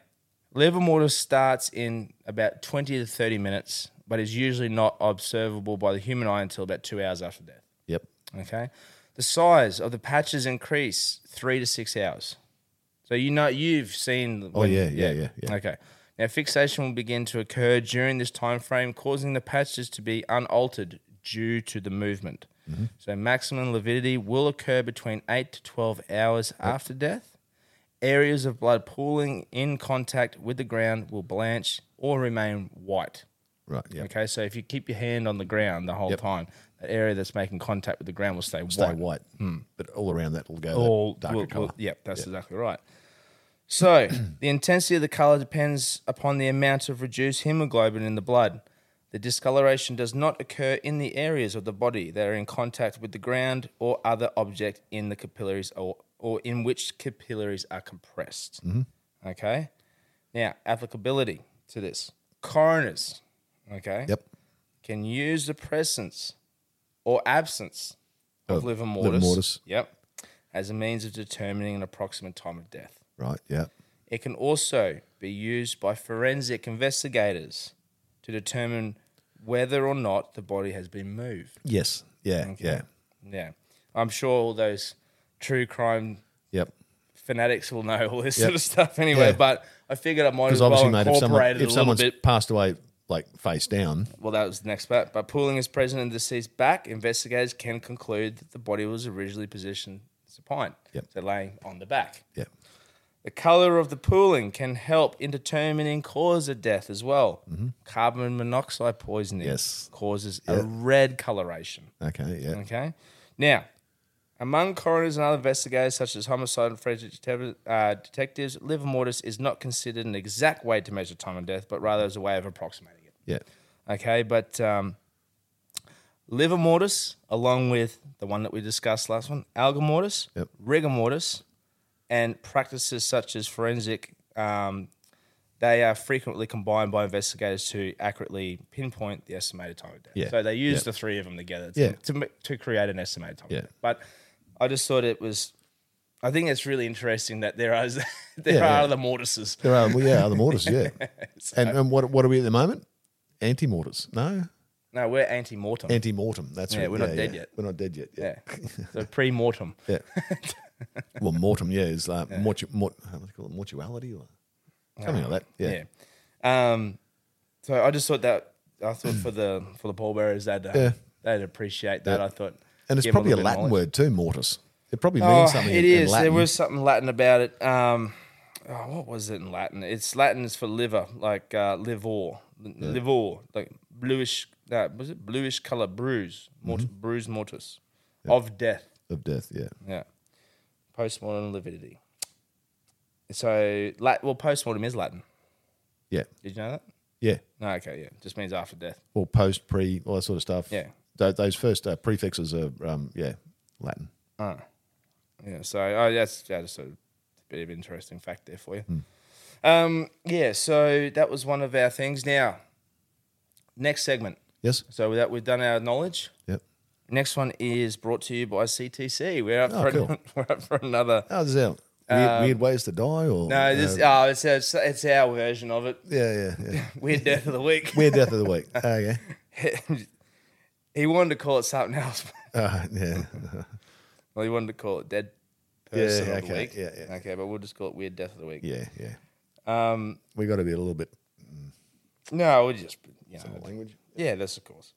A: liver mortis starts in about twenty to thirty minutes, but is usually not observable by the human eye until about two hours after death.
B: Yep.
A: Okay. The size of the patches increase three to six hours. So you know you've seen.
B: Oh, yeah, yeah, yeah, yeah.
A: Okay. Now fixation will begin to occur during this time frame, causing the patches to be unaltered due to the movement.
B: Mm-hmm.
A: So maximum lividity will occur between eight to twelve hours after death. Areas of blood pooling in contact with the ground will blanch or remain white.
B: Right. Yeah.
A: Okay, so if you keep your hand on the ground the whole
B: Yep.
A: time, that area that's making contact with the ground will stay
B: Stay
A: white.
B: white, but all around that will go
A: Hmm. All
B: that darker
A: will-
B: color.
A: will- Yep, that's exactly right. So the intensity of the color depends upon the amount of reduced hemoglobin in the blood. The discoloration does not occur in the areas of the body that are in contact with the ground or other object in the capillaries or, or in which capillaries are compressed.
B: Mm-hmm.
A: Okay. Now, applicability to this. Coroners, okay?
B: Yep.
A: can use the presence or absence of
B: Of
A: liver mortis,
B: liver mortis.
A: Yep, as a means of determining an approximate time of death.
B: Right. Yeah.
A: It can also be used by forensic investigators to determine whether or not the body has been moved.
B: Yes. Yeah. Yeah.
A: Yeah, I'm sure all those true crime
B: Yep.
A: fanatics will know all this
B: Yep.
A: sort of stuff anyway.
B: Yeah.
A: But I figured I might as
B: Because
A: well
B: obviously,
A: incorporate
B: mate, if, someone,
A: it a
B: if
A: little
B: someone's
A: bit.
B: passed away like face down,
A: Well, that was the next part. By pulling his president and deceased back, investigators can conclude that the body was originally positioned supine,
B: Yep.
A: so laying on the back.
B: yeah,
A: The color of the pooling can help in determining cause of death as well. Carbon monoxide poisoning
B: Mm-hmm. Yes.
A: causes a
B: Yeah.
A: red coloration.
B: okay, yeah,
A: Okay. Now, among coroners and other investigators, such as homicide and forensic detec- uh, detectives, liver mortis is not considered an exact way to measure time of death, but rather as a way of approximating it.
B: yeah,
A: Okay. But um, liver mortis, along with the one that we discussed last one, alga mortis,
B: Yep.
A: rigor mortis, and practices such as forensic, um, they are frequently combined by investigators to accurately pinpoint the estimated time of death.
B: Yeah.
A: So they use the three of them together to,
B: Yeah.
A: to, ma- to create an estimated time. of
B: Yeah.
A: death. But I just thought it was, I think it's really interesting that there are there
B: Yeah,
A: are
B: yeah.
A: the mortises.
B: There are, well, yeah, other mortars, yeah. and and what what are we at the moment? Anti mortars, no,
A: No, we're anti-mortem.
B: anti mortem. That's
A: Yeah,
B: right.
A: we're not dead yet.
B: We're not dead yet. Yeah,
A: yeah. So pre-mortem.
B: yeah. well, mortem, yeah, is uh, mortu- mort- how do they call it? Mortuality or something like that. Yeah,
A: Uh, Yeah. Um, so I just thought that I thought for the for the pallbearers that uh,
B: Yeah.
A: they'd appreciate that. I thought,
B: and it's
A: give 'em
B: probably a,
A: bit of
B: Latin
A: knowledge.
B: word too. Mortis. It probably
A: Oh,
B: means something.
A: it
B: in- in
A: is. There
B: Latin.
A: was something Latin about it. Um, oh, what was it in Latin? It's Latin is for liver, like uh, livor, livor, like bluish. Uh, was it bluish color? Bruise, mort- bruise mortis, of death.
B: of death. Yeah,
A: Yeah. Postmortem lividity. So, lat- well, postmortem is Latin.
B: yeah,
A: Did you know that?
B: yeah.
A: No, okay, yeah. Just means after death.
B: Or post, pre, all that sort of stuff.
A: Yeah.
B: Tho- those first uh, prefixes are um, yeah, Latin.
A: Yeah, so oh, that's yeah, just a bit of interesting fact there for you.
B: Hmm.
A: Um, yeah, so that was one of our things. Now, next segment.
B: Yes.
A: So with that, we've done our knowledge.
B: Yep.
A: Next one is brought to you by CTC. We're up,
B: Oh,
A: for,
B: cool.
A: an- we're up for another.
B: Oh, is that weird, weird ways to die? Or
A: Uh, No, this oh, it's, it's it's our version of it.
B: yeah, yeah, yeah.
A: Weird death of the week.
B: Weird death of the week. Okay.
A: he wanted to call it something else.
B: Uh, yeah.
A: well, he wanted to call it dead person of the
B: okay,
A: week.
B: yeah, yeah.
A: Okay, but we'll just call it weird death of the week.
B: Yeah. Yeah.
A: Um,
B: We got to be a little bit
A: no, we just you know,
B: language.
A: Yeah, that's of course.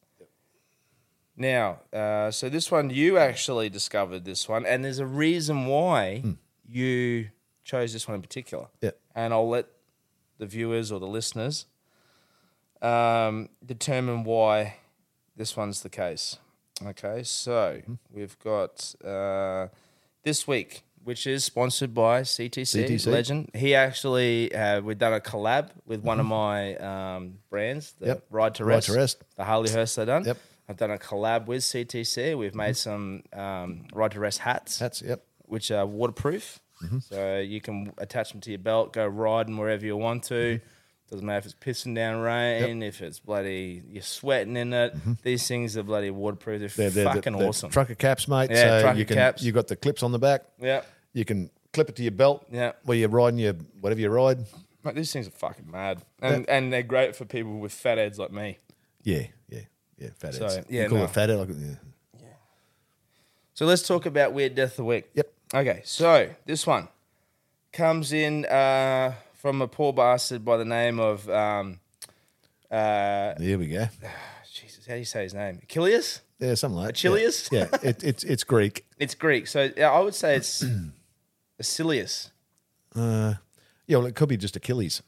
A: Now, uh, so this one you actually discovered this one, and there's a reason why you chose this one in particular.
B: Hmm. Yeah.
A: and I'll let the viewers or the listeners um, determine why this one's the case. Okay, so
B: Hmm.
A: we've got uh, this week, which is sponsored by CTC,
B: CTC.
A: Legend. He actually, uh, we've done a collab with
B: Mm-hmm.
A: one of my um, brands, the
B: Yep.
A: Ride to
B: Ride
A: Rest,
B: to Rest.
A: the Harley Hurst they done.
B: Yep.
A: I've done a collab with CTC. We've made some um, Ride to Rest hats
B: That's yep.
A: which are waterproof. So you can attach them to your belt, go riding wherever you want to. Doesn't matter if it's pissing down rain, if it's bloody you're sweating in it. These things are bloody waterproof. Mm-hmm. They're, fucking awesome.
B: Trucker caps, mate.
A: Yeah,
B: so
A: trucker
B: you can,
A: caps.
B: You got the clips on the back.
A: yeah,
B: You can clip it to your belt.
A: Yeah.
B: Where you're riding your whatever you ride.
A: Mate, these things are fucking mad, and and they're great for people with fat heads like me.
B: Yeah. Yeah. Yeah. Fat
A: So,
B: heads.
A: yeah,
B: You call
A: no.
B: it fat head. Like, yeah.
A: So let's talk about weird death of the week.
B: Yep.
A: Okay, so this one comes in uh, from a poor bastard by the name of um, uh,
B: There we go.
A: Jesus. How do you say his name? Achilles.
B: Yeah. Something like
A: Achilles?
B: Yeah. yeah it, it's it's Greek.
A: It's Greek, so yeah, I would say it's Acilius.
B: Uh, yeah. Well, it could be just Achilles.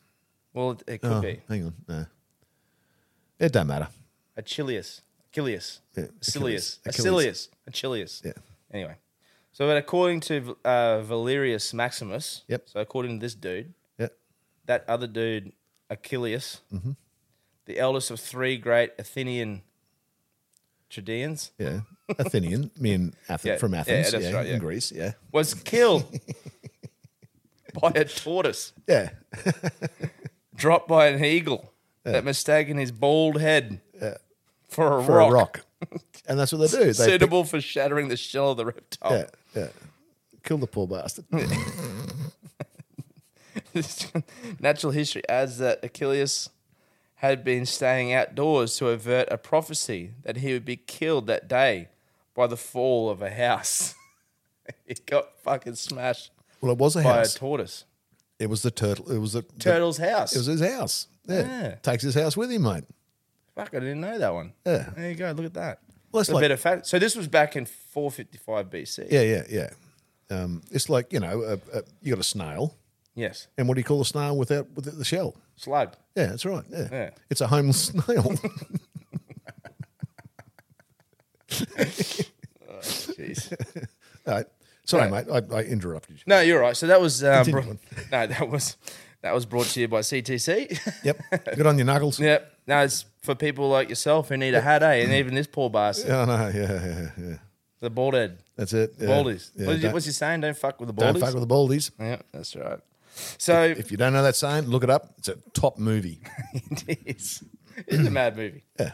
A: Well, it, it could
B: Oh,
A: be
B: Hang on. No. It don't matter.
A: Achilles, Achilles,
B: Oh. Yeah,
A: Acilius,
B: Achilles,
A: Acilius, Achilles.
B: Yeah.
A: Anyway, so but according to uh, Valerius Maximus,
B: Yep.
A: So according to this dude,
B: Yeah.
A: that other dude, Achilles,
B: Mm-hmm.
A: the eldest of three great Athenian Tragedians,
B: Yeah. Athenian. Me and Athens
A: Yeah,
B: from
A: yeah,
B: Athens.
A: that's right, yeah.
B: In Greece. Yeah.
A: was killed by a tortoise
B: Yeah.
A: dropped by an eagle that mistaken his bald head for a
B: For
A: rock.
B: a rock. And that's what they do. They pick-
A: suitable for shattering the shell of the reptile.
B: Yeah, yeah. Kill the poor bastard.
A: Hmm. Natural history adds that Achilles had been staying outdoors to avert a prophecy that he would be killed that day by the fall of a house. he got fucking smashed
B: Well, it was a
A: by a
B: house.
A: tortoise.
B: it was the turtle. It was the the-
A: Turtle's house.
B: It was his house. Yeah.
A: Yeah.
B: Takes his house with him, mate.
A: Fuck, I didn't know that one.
B: Yeah.
A: There you go. Look at that.
B: Well, it's
A: a
B: like-
A: bit of fact. So this was back in 455 BC.
B: Yeah, yeah, yeah. Um, it's like you know, a, a, you got a snail,
A: Yes.
B: and what do you call a snail without without the shell?
A: Slug.
B: Yeah, that's right. Yeah,
A: Yeah.
B: it's a homeless snail.
A: Oh, Jeez.
B: All right. Sorry, mate. I, I interrupted you.
A: No, you're right. So that was um, bro-
B: Continue
A: no, that was that was brought to you by CTC.
B: Yep. Good on your knuckles.
A: yep. No, it's for people like yourself who need a hat, eh? And even this poor bastard,
B: Oh, no, yeah, yeah, yeah.
A: the bald head,
B: That's it. Yeah.
A: baldies.
B: Yeah,
A: What is he-
B: don't-
A: what's he saying? Don't fuck with the
B: don't
A: baldies.
B: fuck with the baldies.
A: yeah, that's right. So
B: If you don't know that saying, look it up. It's a top movie.
A: it is. It's a mad movie.
B: Yeah.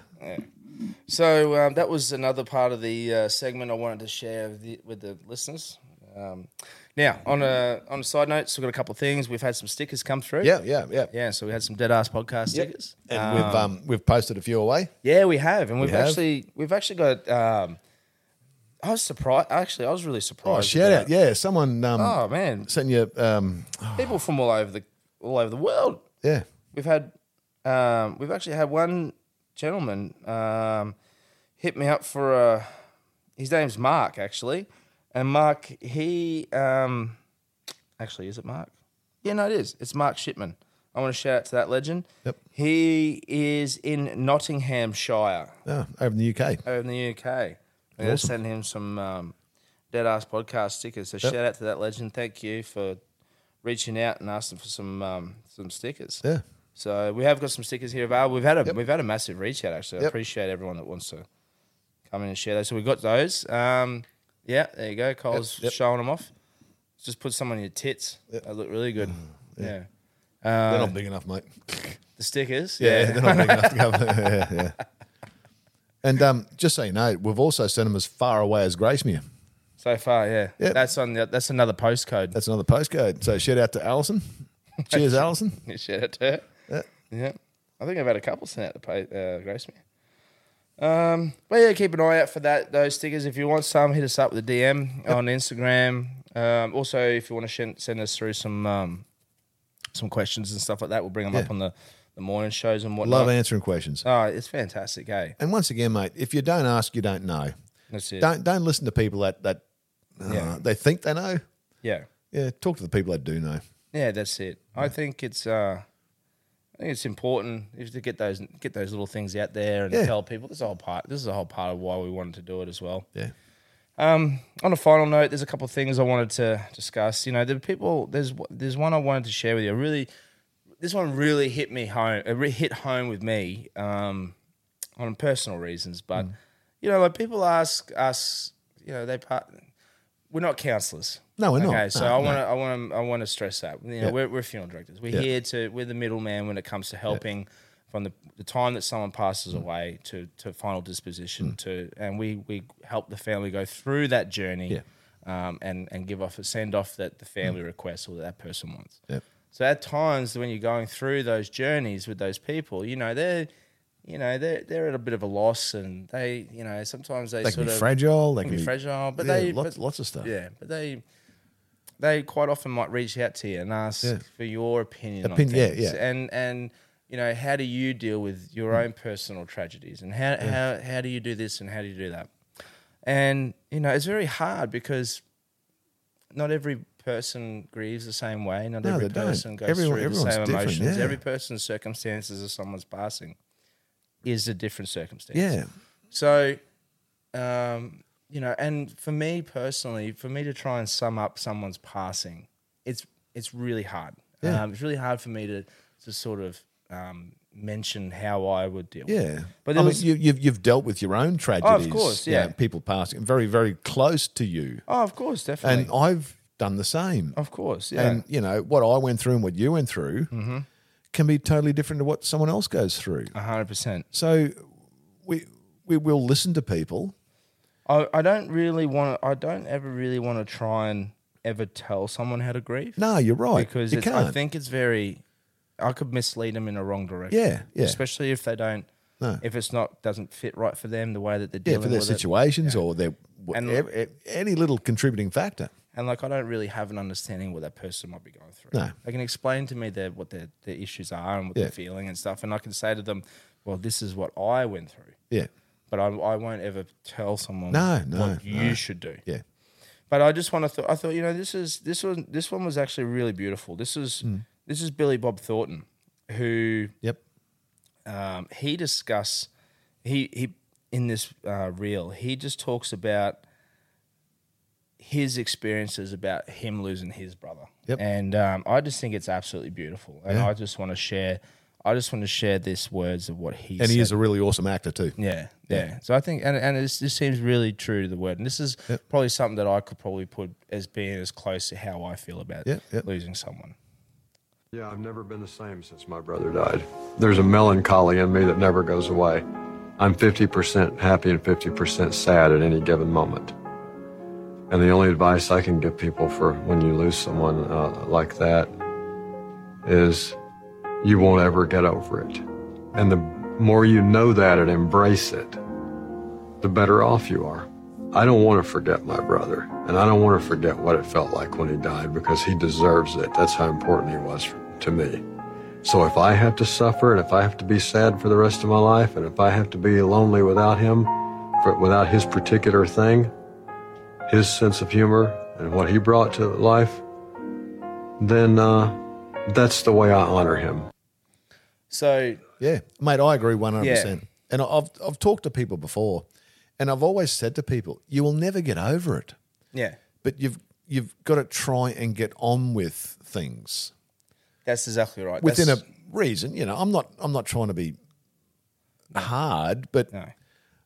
A: So um, that was another part of the uh, segment I wanted to share with the, with the listeners. Um, now, on a on a side note, still got a couple of things. We've had some stickers come through.
B: Yeah, yeah, yeah.
A: Yeah, so we had some dead ass podcast stickers.
B: And we've um we've posted a few away.
A: Yeah, we have, and we've
B: have?
A: actually we've actually got. Um, I was surprised. Actually, I was really surprised.
B: Oh, shout
A: about-
B: out. Yeah, someone um
A: Oh man,
B: sent you um
A: people from all over the all over the world.
B: yeah.
A: We've had um, we've actually had one gentleman um, hit me up for a. His name's Mark, actually, and Mark he um, actually is it Mark? Yeah, no, it is. It's Mark Shipman. I want to shout out to that legend.
B: Yep.
A: He is in Nottinghamshire.
B: Oh, over in the UK.
A: over in the UK. We're going to send him some um, dead ass podcast stickers. So shout out to that legend. Thank you for reaching out and asking for some um, some stickers.
B: Yeah.
A: So we have got some stickers here available. We've had a we've had a massive reach out actually. I appreciate everyone that wants to come in and share those. So we've got those. Um, yeah, there you go. Cole's showing them off. Just put some on your tits. They look really good.
B: Mm,
A: Yeah.
B: they're not big enough, mate.
A: The stickers.
B: Uh, Yeah, they're not big enough to cover. yeah, yeah. And um, just so you know, we've also sent them as far away as Gracemere.
A: So far, yeah.
B: Yep.
A: That's on the, that's another postcode.
B: That's another postcode. So shout out to Alison. Cheers, Alison.
A: Yeah, shout out to her. Yeah. I think I've had a couple sent out to pay, uh, Grace me. Um, but yeah, keep an eye out for that those stickers. If you want some, hit us up with a DM on Instagram. Um, also, if you want to shen- send us through some um, some questions and stuff like that, we'll bring them up on the, the morning shows and whatnot.
B: Love answering questions.
A: Oh, it's fantastic, eh?
B: And once again, mate, if you don't ask, you don't know.
A: That's it.
B: Don't don't listen to people that that uh,
A: Yeah.
B: they think they know.
A: Yeah,
B: Yeah, talk to the people that do know.
A: yeah, that's it. I think it's uh, I think it's important if to get those get those little things out there and
B: Yeah.
A: tell people. This is a whole part. This is a whole part of why we wanted to do it as well. Um,
B: Yeah,
A: on a final note, there's a couple of things I wanted to discuss. You know, the people there's there's one I wanted to share with you. I Really, this one really hit me home. It re- hit home with me um, on personal reasons,
B: Hmm.
A: but you know, like people ask us, you know, they part. We're not counselors.
B: No, we're not.
A: Okay, so
B: No,
A: I want to, I want to, I want to stress that. You know, we're, we're funeral directors. We're
B: Yeah.
A: here to, we're the middleman when it comes to helping from the, the time that someone passes
B: Mm.
A: away to to final disposition to, and we we help the family go through that journey, um, and and give off a send off that the family requests or that, that person wants.
B: Mm. Yep.
A: So at times when you're going through those journeys with those people, you know they're. You know they're they're at a bit of a loss, and they you know sometimes they,
B: they can
A: sort
B: be
A: of
B: fragile. They
A: can be fragile, but
B: yeah,
A: they
B: lots,
A: but-
B: lots of stuff.
A: yeah, but they they quite often might reach out to you and ask for your opinion.
B: Opin-
A: on
B: yeah,
A: things.
B: yeah. Mm.
A: And and you know, how do you deal with your own personal tragedies, and how how how do you do this, and how do you do that? And you know, it's very hard because not every person grieves the same way. Not
B: No,
A: every
B: they don't.
A: person goes
B: Everyone-
A: through the
B: everyone's
A: same
B: different,
A: emotions.
B: yeah.
A: Every person's circumstances of someone's passing is a different circumstance.
B: yeah.
A: So, um, you know, and for me personally, for me to try and sum up someone's passing, it's it's really hard.
B: Yeah.
A: Um, it's really hard for me to to sort of um, mention how I would deal. with it.
B: Yeah,
A: But
B: but
A: there
B: I
A: was- Oh,
B: mean, you, you've you've dealt with your own tragedies.
A: course,
B: you
A: yeah.
B: know, people passing very very close to you,
A: Oh, of course, definitely.
B: and I've done the same.
A: of course, Oh, yeah. Mm-hmm.
B: And you know what I went through and what you went through can be totally different to what someone else goes through.
A: a hundred percent.
B: So we we will listen to people.
A: I, I don't really want to. I don't ever really want to try and ever tell someone how to grieve
B: No, you're right.
A: because
B: you
A: it's, I
B: can't.
A: think it's very. I could mislead them in a wrong direction.
B: yeah, yeah,
A: Especially if they don't.
B: No.
A: If it's not doesn't fit right for them the way that they're
B: yeah,
A: dealing
B: for their e,
A: with it.
B: situations or their
A: And-
B: ev- ev- any little contributing factor.
A: and like I don't really have an understanding what that person might be going through.
B: No.
A: They can explain to me their what their, their issues are and what
B: Yeah.
A: they're feeling and stuff, and I can say to them, "Well, this is what I went through."
B: Yeah.
A: But I, I won't ever tell someone
B: No, no,
A: what you
B: no.
A: should do.
B: Yeah.
A: But I just want to. Th- I thought you know this is this one this one was actually really beautiful. This is
B: Hmm.
A: this is Billy Bob Thornton who
B: Yep.
A: um, he discuss he he in this uh, reel he just talks about his experiences about him losing his brother
B: Yep.
A: and um, i just think it's absolutely beautiful and i just want to share i just want to share this words of what he
B: And he
A: said.
B: is a really awesome actor too.
A: yeah, yeah. So I think, and, and this, this seems really true to the word. And this is probably something that I could probably put as being as close to how I feel about
B: Yeah, yeah.
A: losing someone.
E: Yeah, I've never been the same since my brother died. There's a melancholy in me that never goes away. I'm 50% happy and 50% sad at any given moment. And the only advice I can give people for when you lose someone uh, like that is you won't ever get over it. And the more you know that and embrace it, the better off you are. I don't want to forget my brother, and I don't want to forget what it felt like when he died because he deserves it. That's how important he was to me. So if I have to suffer and if I have to be sad for the rest of my life and if I have to be lonely without him, for, without his particular thing, his sense of humor and what he brought to life, then uh, that's the way I honor him.
A: So
B: Yeah, mate, I agree one hundred
A: Yeah.
B: percent. And I've I've talked to people before, and I've always said to people, you will never get over it,
A: yeah,
B: but you've you've got to try and get on with things
A: that's exactly right.
B: within
A: That's-
B: a reason. You know, I'm not I'm not trying to be hard, but
A: No.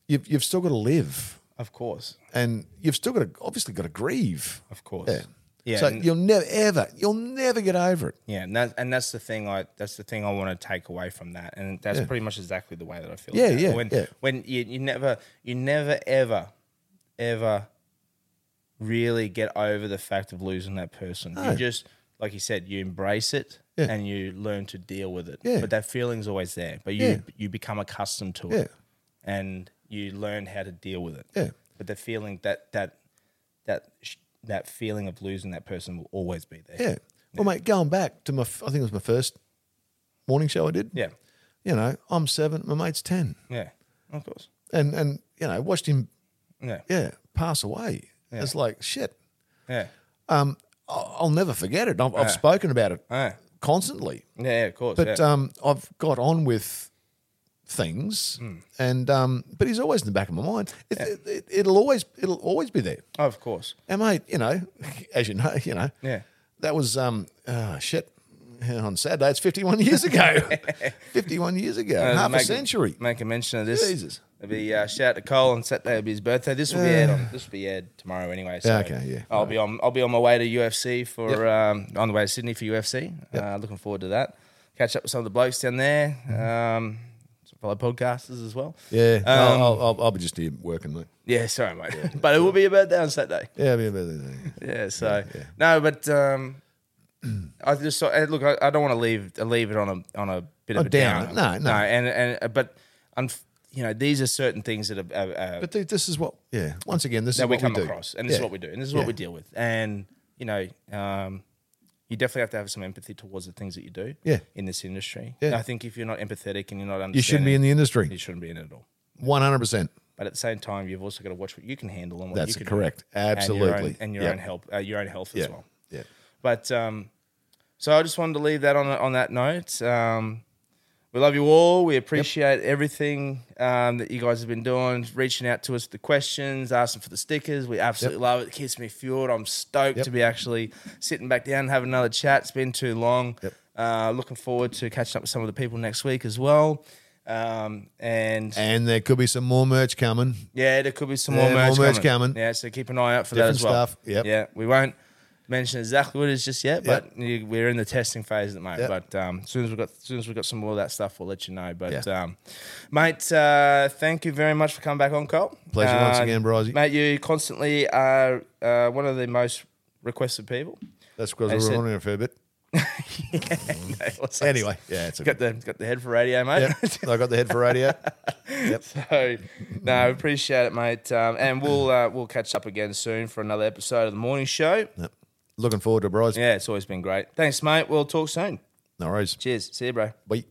B: you've you've still got to live,
A: Of course.
B: and you've still got to obviously got to grieve.
A: Of course.
B: Yeah,
A: Yeah.
B: So
A: and,
B: you'll never ever you'll never get over it.
A: yeah, and, that, and that's the thing I that's the thing I want to take away from that. And that's pretty much exactly the way that I feel.
B: Yeah,
A: about it.
B: yeah,
A: When
B: yeah.
A: when you, you never you never ever ever really get over the fact of losing that person. You just like you said, you embrace it
B: Yeah.
A: and you learn to deal with it.
B: Yeah.
A: But that feeling's always there. But you
B: Yeah.
A: you become accustomed to
B: Yeah.
A: it. And you learn how to deal with it.
B: Yeah.
A: But the feeling that that that sh- that feeling of losing that person will always be there.
B: Yeah. Well, mate, going back to my, f- I think it was my first morning show I did.
A: Yeah.
B: you know, I'm seven, my mate's ten,
A: Yeah, of course.
B: and and you know, watched him,
A: Yeah,
B: yeah, pass away. It's like shit.
A: yeah,
B: Um, I'll, I'll never forget it. I've, I've spoken about it
A: Yeah.
B: constantly,
A: yeah, yeah of course.
B: but
A: yeah.
B: um, I've got on with things,
A: Hmm.
B: and um, but he's always in the back of my mind. It, it, it, it'll always it'll always be there.
A: oh, of course.
B: And mate, you know, as you know, you know,
A: Yeah.
B: that was um, oh, shit. On Saturday, it's 51 years ago. 51 years ago,
A: Uh,
B: half a
A: make-
B: century.
A: Make a mention of this.
B: Jesus.
A: It'll be uh, shout out to Cole on Saturday. It'll be his birthday. This will be aired on. This will be aired tomorrow anyway. So
B: okay, yeah.
A: I'll be on. I'll be on my way to UFC for um, on the way to Sydney for UFC. Uh, looking forward to that. Catch up with some of the blokes down there. Um, some fellow podcasters as well.
B: Mm-hmm. Yeah, no,
A: Um,
B: I'll, I'll, I'll be just here working, mate.
A: Yeah. Sorry, mate. but it will be a birthday on Saturday.
B: Yeah, I'll be about there.
A: Yeah. So no, but um, I just saw, eh, look. I, I don't want to leave leave it on a on a bit of
B: Oh,
A: a
B: down.
A: downer.
B: No, no.
A: And and but unf you know these are certain things that are, are, are
B: But th- this is what, yeah. Once again, this is
A: that we
B: what
A: come
B: we do.
A: across, and this is
B: Yeah.
A: what we do, and this is what we deal with, and you know. Um, you definitely have to have some empathy towards the things that you do
B: Yeah.
A: in this industry.
B: Yeah.
A: I think if you're not empathetic and you're not understanding,
B: You shouldn't be in the
A: you
B: industry.
A: shouldn't be in it at all.
B: One hundred percent.
A: But at the same time, you've also got to watch what you can handle and what
B: That's
A: you can do.
B: correct.
A: And your own-
B: Absolutely.
A: and your
B: Yeah.
A: own help, uh, your own health
B: Yeah.
A: as well.
B: Yeah.
A: But um, so I just wanted to leave that on on that note. Um, we love you all. We appreciate everything um, that you guys have been doing, reaching out to us with the questions, asking for the stickers. We absolutely love it. It keeps me fueled. I'm stoked
B: Yep.
A: to be actually sitting back down and having another chat. It's been too long.
B: Yep.
A: Uh, looking forward to catching up with some of the people next week as well. Um, and
B: And there could be some more merch coming.
A: yeah, there could be some
B: Yeah,
A: more merch,
B: more merch
A: coming.
B: coming.
A: Yeah, so keep an eye out for that
B: Different
A: as well.
B: stuff, yep.
A: Yeah, we won't mention exactly what it is just yet,
B: Yep.
A: but you, we're in the testing phase at the moment.
B: Yep.
A: But um, as soon as we got, as soon as we got some more of that stuff, we'll let you know. But
B: Yeah.
A: um, mate, uh, thank you very much for coming back on, Cole.
B: Pleasure once
A: Uh,
B: again, Brizzy.
A: Mate, you constantly are uh, one of the most requested people.
B: That's because
A: They
B: we're
A: said-
B: on here for a bit.
A: What's that?
B: Anyway, Mm-hmm. yeah, it's a
A: got the got the head for radio, mate.
B: Yep. I got the head for radio.
A: so No, I appreciate it, mate. Um, and we'll uh, we'll catch up again soon for another episode of the morning show.
B: Looking forward to it, bros.
A: Yeah, it's always been great. Thanks, mate. We'll talk soon.
B: No worries.
A: Cheers. See you, bro.
B: Bye.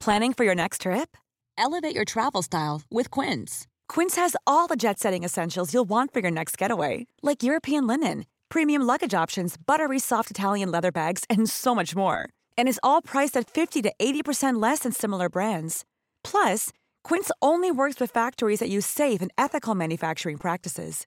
F: Planning for your next trip? Elevate your travel style with Quince. Quince has all the jet setting essentials you'll want for your next getaway, like European linen, premium luggage options, buttery soft Italian leather bags, and so much more. And is all priced at 50 to 80% less than similar brands. Plus, Quince only works with factories that use safe and ethical manufacturing practices.